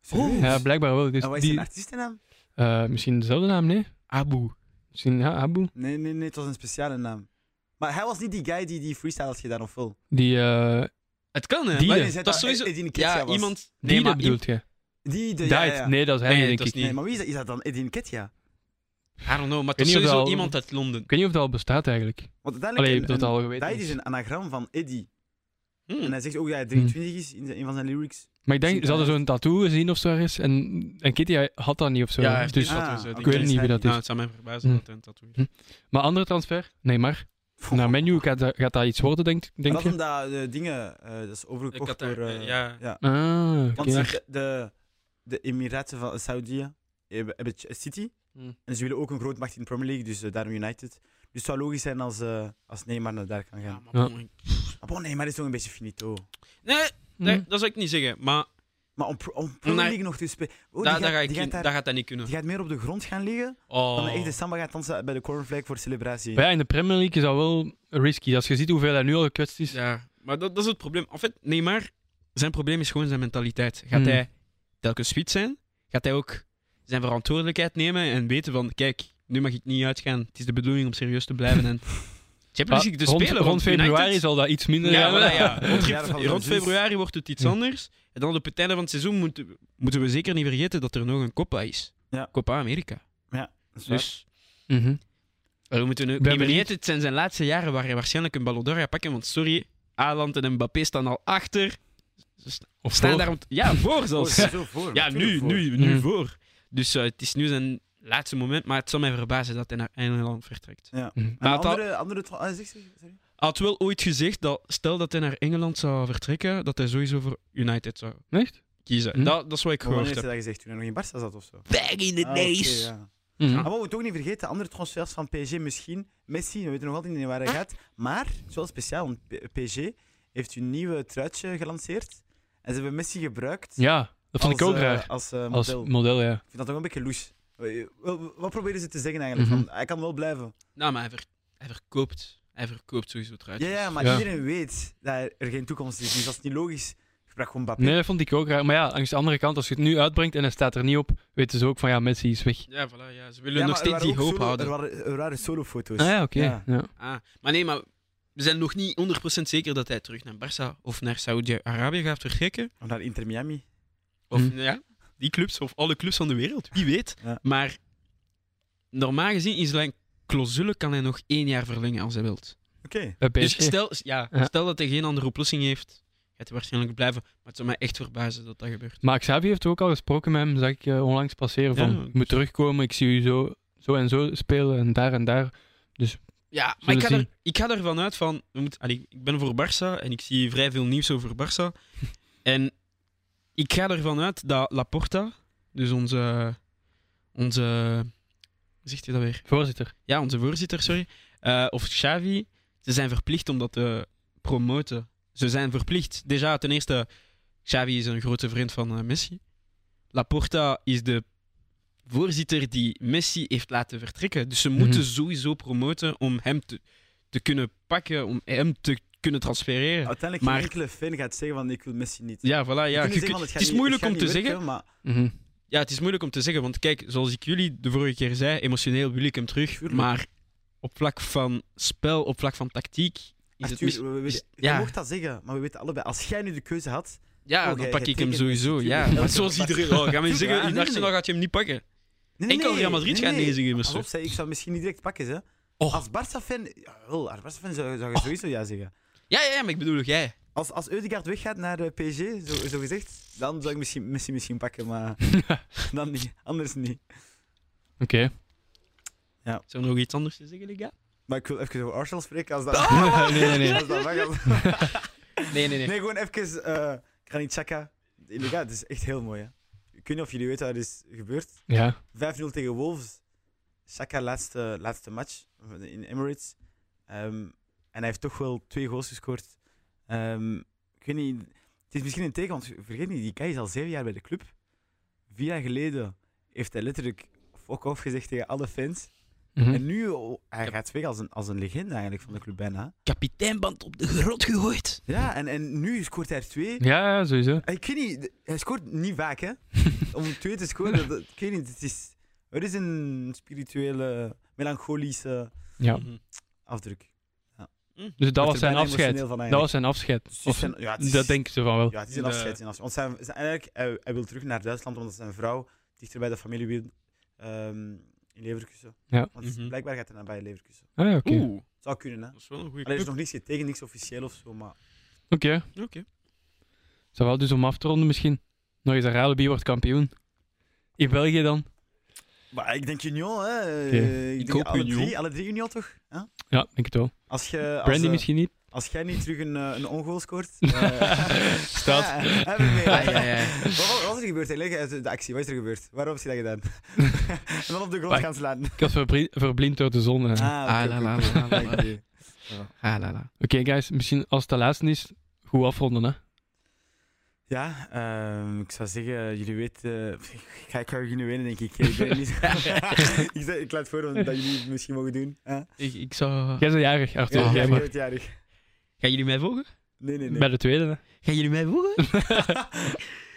[SPEAKER 2] Serieus?
[SPEAKER 1] Oh, Ja, blijkbaar wel.
[SPEAKER 2] en wat
[SPEAKER 1] Dus
[SPEAKER 2] is nou? zijn
[SPEAKER 1] die,
[SPEAKER 2] artiestennaam?
[SPEAKER 1] eh, misschien dezelfde naam, nee?
[SPEAKER 3] Abu.
[SPEAKER 1] Misschien ja, Abu.
[SPEAKER 2] Nee, nee, nee, het was een speciale naam. Maar hij was niet die guy die die freestyle had gedaan, of wel?
[SPEAKER 1] Die, eh
[SPEAKER 3] Het kan, hè.
[SPEAKER 1] Die
[SPEAKER 3] Maar
[SPEAKER 1] de.
[SPEAKER 2] je zei
[SPEAKER 3] Dat is sowieso...
[SPEAKER 2] Edine Ketja
[SPEAKER 3] Ja,
[SPEAKER 2] was.
[SPEAKER 3] iemand...
[SPEAKER 1] die dat
[SPEAKER 3] maar
[SPEAKER 1] bedoelt je?
[SPEAKER 2] Die de...
[SPEAKER 1] Died?
[SPEAKER 2] Ja, ja, ja.
[SPEAKER 1] Nee, dat is hij,
[SPEAKER 3] Nee,
[SPEAKER 1] denk
[SPEAKER 3] dat
[SPEAKER 1] ik.
[SPEAKER 3] is niet.
[SPEAKER 2] Nee, maar wie is dat? Is dat dan Edin Ketja?
[SPEAKER 3] I don't know, maar
[SPEAKER 1] Ik
[SPEAKER 3] het
[SPEAKER 1] weet niet of
[SPEAKER 3] is sowieso
[SPEAKER 1] dat al-
[SPEAKER 3] iemand uit Londen.
[SPEAKER 1] Ik weet niet of dat al bestaat, eigenlijk.
[SPEAKER 2] Want uiteindelijk...
[SPEAKER 1] Allee,
[SPEAKER 2] een-
[SPEAKER 1] dat
[SPEAKER 2] een-
[SPEAKER 1] al geweten
[SPEAKER 2] Died
[SPEAKER 1] is.
[SPEAKER 2] is een anagram van Eddie.
[SPEAKER 3] Hmm.
[SPEAKER 2] En hij zegt ook dat hij 23 is in zijn- een van zijn lyrics.
[SPEAKER 1] Maar ik
[SPEAKER 2] Ziet
[SPEAKER 1] denk,
[SPEAKER 2] er
[SPEAKER 1] ze hadden
[SPEAKER 2] uit.
[SPEAKER 1] zo'n tattoo gezien of zo ergens. En, en Kitty hij had dat niet of zo.
[SPEAKER 3] Ja, hij heeft
[SPEAKER 1] dus,
[SPEAKER 3] iets
[SPEAKER 2] Ah,
[SPEAKER 3] tattoos, hè,
[SPEAKER 2] oké.
[SPEAKER 1] ik
[SPEAKER 3] denk
[SPEAKER 1] weet niet wie dat is.
[SPEAKER 2] dus-
[SPEAKER 3] Nou, het zou mij verbazen
[SPEAKER 1] Hm.
[SPEAKER 3] dat hij een tattoo heeft.
[SPEAKER 1] Hm. Maar andere transfer? Nee, maar. Naar menu gaat, dat- gaat dat iets worden, denk, denk
[SPEAKER 2] Nou, Dat is
[SPEAKER 1] je?
[SPEAKER 2] omdat de dingen... eh, dat is
[SPEAKER 3] Ik
[SPEAKER 2] overgekocht
[SPEAKER 3] had
[SPEAKER 2] door...
[SPEAKER 3] daar...
[SPEAKER 2] eh,
[SPEAKER 3] eh, Ja,
[SPEAKER 1] Ah, oké.
[SPEAKER 2] Want de, de, de Emiraten van Saudi hebben hebben Ch- City.
[SPEAKER 1] Hmm.
[SPEAKER 2] En ze willen ook een groot macht in de Premier League, dus eh, daarom United. Dus het zou logisch zijn als, eh als Neymar naar daar kan
[SPEAKER 3] ja
[SPEAKER 2] gaan.
[SPEAKER 3] maar...
[SPEAKER 2] Maar bon, Neymar is toch een beetje finito.
[SPEAKER 3] Nee,
[SPEAKER 1] Hm.
[SPEAKER 3] nee, dat zou ik niet zeggen, maar
[SPEAKER 2] Maar om, pro- om Premier
[SPEAKER 3] Nee.
[SPEAKER 2] League nog te spelen... Oh,
[SPEAKER 3] daar,
[SPEAKER 2] die,
[SPEAKER 3] daar, ga
[SPEAKER 2] gaat,
[SPEAKER 3] ik
[SPEAKER 2] die,
[SPEAKER 3] in-
[SPEAKER 2] gaat
[SPEAKER 3] daar,
[SPEAKER 2] daar-
[SPEAKER 3] gaat dat niet kunnen.
[SPEAKER 2] die gaat meer op de grond gaan liggen dan
[SPEAKER 3] Oh.
[SPEAKER 2] de echte samba gaat dansen bij de cornflake voor celebratie.
[SPEAKER 1] Maar ja, in de Premier League is dat wel risky. Als je ziet hoeveel hij nu al gekwetst is.
[SPEAKER 3] Ja, maar dat, dat is het probleem. En fait, Neymar, zijn probleem is gewoon zijn mentaliteit. Gaat
[SPEAKER 1] Hmm.
[SPEAKER 3] hij telkens fit zijn? Gaat hij ook zijn verantwoordelijkheid nemen en weten van, kijk, nu mag ik niet uitgaan. Het is de bedoeling om serieus te blijven en
[SPEAKER 1] Maar
[SPEAKER 3] Champions League te
[SPEAKER 1] ah, rond,
[SPEAKER 3] spelen.
[SPEAKER 1] rond
[SPEAKER 3] want United-
[SPEAKER 1] februari zal dat iets minder
[SPEAKER 3] Ja,
[SPEAKER 1] gaan.
[SPEAKER 3] voilà, ja. Rond,
[SPEAKER 2] Ja, dat valt
[SPEAKER 3] rond
[SPEAKER 2] wel
[SPEAKER 3] februari wordt het iets
[SPEAKER 1] Hm.
[SPEAKER 3] anders. En dan op het einde van het seizoen moeten, moeten we zeker niet vergeten dat er nog een Copa is.
[SPEAKER 2] Ja.
[SPEAKER 3] Copa America.
[SPEAKER 2] Dat is waar.
[SPEAKER 3] Dus
[SPEAKER 1] Mhm.
[SPEAKER 3] eh, we moeten nu,
[SPEAKER 1] Ben
[SPEAKER 3] niet
[SPEAKER 1] benieuwd.
[SPEAKER 3] vergeten, het zijn zijn laatste jaren waar hij waarschijnlijk een Ballon d'Or gaat pakken. Want sorry, Haaland en Mbappé staan al achter. Ze sta-
[SPEAKER 1] Of
[SPEAKER 3] staan
[SPEAKER 1] voor.
[SPEAKER 3] daar om t- Ja, voor
[SPEAKER 2] Oh,
[SPEAKER 3] zelfs.
[SPEAKER 2] sowieso voor,
[SPEAKER 3] ja,
[SPEAKER 2] natuurlijk
[SPEAKER 3] nu,
[SPEAKER 2] voor.
[SPEAKER 3] nu, nu
[SPEAKER 1] Hm.
[SPEAKER 3] voor. Dus eh, het is nu zijn laatste moment, maar het zal mij verbazen dat hij naar Engeland vertrekt.
[SPEAKER 2] Ja.
[SPEAKER 1] Mhm.
[SPEAKER 2] En
[SPEAKER 3] Maar het al-
[SPEAKER 2] andere, andere twa- ah, zeg, zeg, sorry.
[SPEAKER 3] Hij had wel ooit gezegd dat, stel dat hij naar Engeland zou vertrekken, dat hij sowieso voor United zou
[SPEAKER 1] Echt?
[SPEAKER 3] kiezen.
[SPEAKER 1] Hm.
[SPEAKER 3] Dat, dat is wat ik
[SPEAKER 2] Maar Wanneer
[SPEAKER 3] gehoord
[SPEAKER 2] heeft
[SPEAKER 3] heb.
[SPEAKER 2] hij dat gezegd? Toen hij nog in Barca zat of zo?
[SPEAKER 3] Bang in
[SPEAKER 2] Ah, oké, ja.
[SPEAKER 1] Mhm.
[SPEAKER 2] Maar we moeten ook niet vergeten, andere transfers van PSG misschien. Messi, we weten nog altijd niet waar hij
[SPEAKER 1] Hm?
[SPEAKER 2] gaat. Maar, het is wel speciaal, want P- PSG heeft hun nieuwe truitje gelanceerd. En ze hebben Messi gebruikt
[SPEAKER 1] Ja, dat vond ik
[SPEAKER 2] als,
[SPEAKER 1] ook
[SPEAKER 2] eh,
[SPEAKER 1] raar.
[SPEAKER 2] als eh,
[SPEAKER 1] Als
[SPEAKER 2] model.
[SPEAKER 1] model, ja.
[SPEAKER 2] Ik vind dat toch een beetje loes. Eh, wel, Wat proberen ze te zeggen eigenlijk? Van,
[SPEAKER 1] Mhm.
[SPEAKER 2] hij kan wel blijven.
[SPEAKER 3] Nou, maar hij, ver- hij verkoopt. Hij verkoopt sowieso
[SPEAKER 2] Ja,
[SPEAKER 3] truitjes.
[SPEAKER 2] ja maar
[SPEAKER 1] Ja.
[SPEAKER 2] iedereen weet dat er geen toekomst is. Dus dat is niet logisch. Gebruik gewoon Mbappé.
[SPEAKER 1] Nee, dat vond ik ook raar. Maar ja, langs de andere kant, als je het nu uitbrengt en hij staat er niet op, weten ze ook van ja, Messi is weg.
[SPEAKER 3] Ja, voilà, ja. Ze willen
[SPEAKER 2] Ja, maar
[SPEAKER 3] nog
[SPEAKER 2] er
[SPEAKER 3] steeds
[SPEAKER 2] waren
[SPEAKER 3] die
[SPEAKER 2] ook
[SPEAKER 3] hoop
[SPEAKER 2] solo-
[SPEAKER 3] houden.
[SPEAKER 2] Er waren, er waren solofoto's.
[SPEAKER 1] Ah ja, oké.
[SPEAKER 2] Dus- Ja.
[SPEAKER 1] Ja.
[SPEAKER 3] Ah, maar nee, maar we zijn nog niet 100% zeker dat hij terug naar Barça of naar Saudi-Arabië gaat vertrekken.
[SPEAKER 2] Of naar Inter Miami.
[SPEAKER 3] Of
[SPEAKER 1] Hm.
[SPEAKER 3] ja, die clubs of alle clubs van de wereld, wie weet.
[SPEAKER 2] Ja.
[SPEAKER 3] Maar normaal gezien in zijn clausule kan hij nog één jaar verlengen als hij wilt.
[SPEAKER 2] Oké.
[SPEAKER 1] Bij PSG.
[SPEAKER 3] Dus stel, ja,
[SPEAKER 1] Ja.
[SPEAKER 3] stel dat hij geen andere oplossing heeft, gaat hij waarschijnlijk blijven. Maar het zou mij echt verbazen dat dat gebeurt.
[SPEAKER 1] Maar Xavi heeft ook al gesproken met hem, zag ik eh, onlangs passeren, van
[SPEAKER 3] Ja.
[SPEAKER 1] ik moet terugkomen, ik zie u zo, zo en zo spelen en daar en daar.
[SPEAKER 3] Ja, maar
[SPEAKER 1] Zullen
[SPEAKER 3] ik ga,
[SPEAKER 1] zien.
[SPEAKER 3] er, ik ga ervan uit van. We moeten, allee, ik ben voor Barça en ik zie vrij veel nieuws over Barça. en ik ga ervan uit dat Laporta, dus onze. onze hoe zegt hij dat weer?
[SPEAKER 1] Voorzitter.
[SPEAKER 3] Ja, onze voorzitter, sorry. eh, of Xavi, ze zijn verplicht om dat te promoten. Ze zijn verplicht. Déjà, ten eerste, Xavi is een grote vriend van eh, Messi. Laporta is de voorzitter die Messi heeft laten vertrekken. Dus ze
[SPEAKER 1] Mhm.
[SPEAKER 3] moeten sowieso promoten om hem te, te kunnen pakken, om hem te kunnen transfereren.
[SPEAKER 2] Uiteindelijk
[SPEAKER 3] Maar-
[SPEAKER 2] geen enkele fan gaat zeggen van ik wil Messi niet.
[SPEAKER 3] Ja, voilà. Ja.
[SPEAKER 2] Je kunt
[SPEAKER 3] Je
[SPEAKER 2] niet zeggen van,
[SPEAKER 3] kunt-
[SPEAKER 2] gaat
[SPEAKER 3] het is
[SPEAKER 2] niet-
[SPEAKER 3] moeilijk
[SPEAKER 2] gaat
[SPEAKER 3] om
[SPEAKER 2] niet
[SPEAKER 3] te
[SPEAKER 2] werken,
[SPEAKER 3] zeggen.
[SPEAKER 2] Maar
[SPEAKER 1] Mhm.
[SPEAKER 3] Ja, het is moeilijk om te zeggen, want kijk, zoals ik jullie de vorige keer zei, emotioneel wil ik hem terug.
[SPEAKER 2] Tuurlijk.
[SPEAKER 3] Maar op vlak van spel, op vlak van tactiek, is het
[SPEAKER 2] Arthur,
[SPEAKER 3] mis-
[SPEAKER 2] we- we weten-
[SPEAKER 3] is- ja.
[SPEAKER 2] je mocht dat zeggen, maar we weten allebei. Als jij nu de keuze had,
[SPEAKER 3] Ja,
[SPEAKER 2] Oh,
[SPEAKER 3] dan
[SPEAKER 2] jij-
[SPEAKER 3] pak
[SPEAKER 2] jij
[SPEAKER 3] ik hem
[SPEAKER 2] tekent
[SPEAKER 3] sowieso.
[SPEAKER 2] natuurlijk
[SPEAKER 3] Ja,
[SPEAKER 2] elke
[SPEAKER 3] maar zoals
[SPEAKER 2] partij.
[SPEAKER 3] iedereen. Oh, ga mij zeggen,
[SPEAKER 2] Ja,
[SPEAKER 3] in
[SPEAKER 2] nee,
[SPEAKER 3] Arsenal
[SPEAKER 2] nee.
[SPEAKER 3] gaat je hem niet pakken.
[SPEAKER 2] nee,
[SPEAKER 3] Enkel Real Madrid gaat
[SPEAKER 2] nee.
[SPEAKER 3] deze game
[SPEAKER 2] Pas op,
[SPEAKER 3] missen.
[SPEAKER 2] zei, ik zou het misschien niet direct pakken. Hè.
[SPEAKER 1] Och.
[SPEAKER 2] Als Barca-fan, jawel, als Barca-fan zou, zou je sowieso ja zeggen.
[SPEAKER 3] Ja, ja, ja, maar ik bedoel jij.
[SPEAKER 2] Als, als Eudegaard weggaat naar eh, PSG, zo, zo gezegd, dan zou ik misschien, Messi misschien pakken, maar dan niet, anders niet.
[SPEAKER 1] Oké.
[SPEAKER 2] Ja.
[SPEAKER 3] Is er nog iets anders te zeggen, Liga?
[SPEAKER 2] Maar ik wil even over Arsenal spreken als dat.
[SPEAKER 3] Ah!
[SPEAKER 1] nee, nee, nee.
[SPEAKER 2] Als dat mag, als-
[SPEAKER 3] Nee, nee, nee.
[SPEAKER 2] Nee, gewoon even. eh Granit Xhaka. Illegaal, het is echt heel mooi. Hè. Ik weet niet of jullie weten wat er is gebeurd. 5-0
[SPEAKER 1] Ja.
[SPEAKER 2] tegen Wolves. Xhaka laatste, laatste match in Emirates. Ehm, en hij heeft toch wel twee goals gescoord. Ehm, ik weet niet. Het is misschien een teken, want vergeet niet, die guy is al zeven jaar bij de club. Vier jaar geleden heeft hij letterlijk fuck off gezegd tegen alle fans.
[SPEAKER 1] Mhm.
[SPEAKER 2] En nu, oh, hij gaat weg als een, als een legende eigenlijk van de club bijna.
[SPEAKER 3] Kapiteinband op de grot gegooid.
[SPEAKER 2] Ja, en, en nu scoort hij er twee.
[SPEAKER 1] Ja, ja, sowieso.
[SPEAKER 2] Ik weet niet, hij scoort niet vaak, hè? Om twee te scoren, dat, ik weet niet, het is, het is een spirituele, melancholische
[SPEAKER 1] Ja.
[SPEAKER 3] Mhm.
[SPEAKER 2] afdruk.
[SPEAKER 1] Dus dat
[SPEAKER 2] Wordt
[SPEAKER 1] was
[SPEAKER 2] er
[SPEAKER 1] zijn
[SPEAKER 2] bijna
[SPEAKER 1] afscheid.
[SPEAKER 2] emotioneel van
[SPEAKER 1] Dat was
[SPEAKER 2] eigenlijk.
[SPEAKER 1] zijn afscheid.
[SPEAKER 2] Dus
[SPEAKER 1] Of,
[SPEAKER 2] zijn- ja, het is-
[SPEAKER 1] dat denken ze van wel. eh,
[SPEAKER 2] Ja, het is
[SPEAKER 3] In
[SPEAKER 2] een
[SPEAKER 3] de-
[SPEAKER 2] afscheid. Een afscheid. Want zijn, zijn- eigenlijk, hij, hij wil terug naar Duitsland omdat zijn vrouw dichter bij de familie wil ehm, in Leverkusen.
[SPEAKER 1] Ja.
[SPEAKER 2] Want
[SPEAKER 3] Mhm.
[SPEAKER 2] blijkbaar gaat hij naar bij Leverkusen.
[SPEAKER 1] Ah, ja, oké.
[SPEAKER 3] Oeh,
[SPEAKER 2] Zou kunnen, hè?
[SPEAKER 3] dat is wel een goede
[SPEAKER 2] Alleen er is nog
[SPEAKER 3] club.
[SPEAKER 2] niks getekend, niks officieel of zo, maar
[SPEAKER 1] Oké.
[SPEAKER 3] Oké.
[SPEAKER 1] Zou wel dus om af te ronden misschien. Nog eens Arabi wordt kampioen. In België dan.
[SPEAKER 2] Maar ik denk Union, hè. Ik,
[SPEAKER 3] Ik
[SPEAKER 2] denk
[SPEAKER 3] hoop
[SPEAKER 2] alle
[SPEAKER 3] Union.
[SPEAKER 2] drie, alle drie Union, toch? Ja?
[SPEAKER 1] Ja, denk het wel.
[SPEAKER 2] Als je, als,
[SPEAKER 1] Brandy
[SPEAKER 2] eh,
[SPEAKER 1] misschien niet.
[SPEAKER 2] als jij niet terug een, eh, een ongoal scoort... eh,
[SPEAKER 1] Staat.
[SPEAKER 2] ja, hebben we mee.
[SPEAKER 3] Ja, ja, ja.
[SPEAKER 2] Wat, wat- wat is er gebeurd? Leg uit de actie, wat is er gebeurd? Waarom heb je dat gedaan? en dan op de grond
[SPEAKER 1] Maar-
[SPEAKER 2] gaan slaan.
[SPEAKER 1] Ik was verbri- verblind door de zon. eh.
[SPEAKER 2] Ah,
[SPEAKER 3] Ah, la, la, la, la, la.
[SPEAKER 2] Oké.
[SPEAKER 3] Ah, la, la.
[SPEAKER 1] Oké, guys. Misschien als het de laatste is, goed afronden, hè.
[SPEAKER 2] Ja, ehm, ik zou zeggen, jullie weten... eh, Ik ga, ik ga jullie winnen, denk ik. Ik, ben niet... ik, zeg- ik laat voor dat jullie het misschien mogen doen. Huh?
[SPEAKER 3] Ik, ik zou...
[SPEAKER 1] Jij bent jarig, Arthur.
[SPEAKER 2] Ja,
[SPEAKER 1] Jij
[SPEAKER 2] jij
[SPEAKER 1] maar.
[SPEAKER 2] bent jarig.
[SPEAKER 3] Gaan jullie mij volgen?
[SPEAKER 2] Nee, nee, nee.
[SPEAKER 1] Bij de tweede, hè.
[SPEAKER 3] Gaan jullie mij volgen?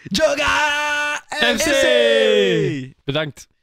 [SPEAKER 3] Joga!
[SPEAKER 1] FC! Bedankt.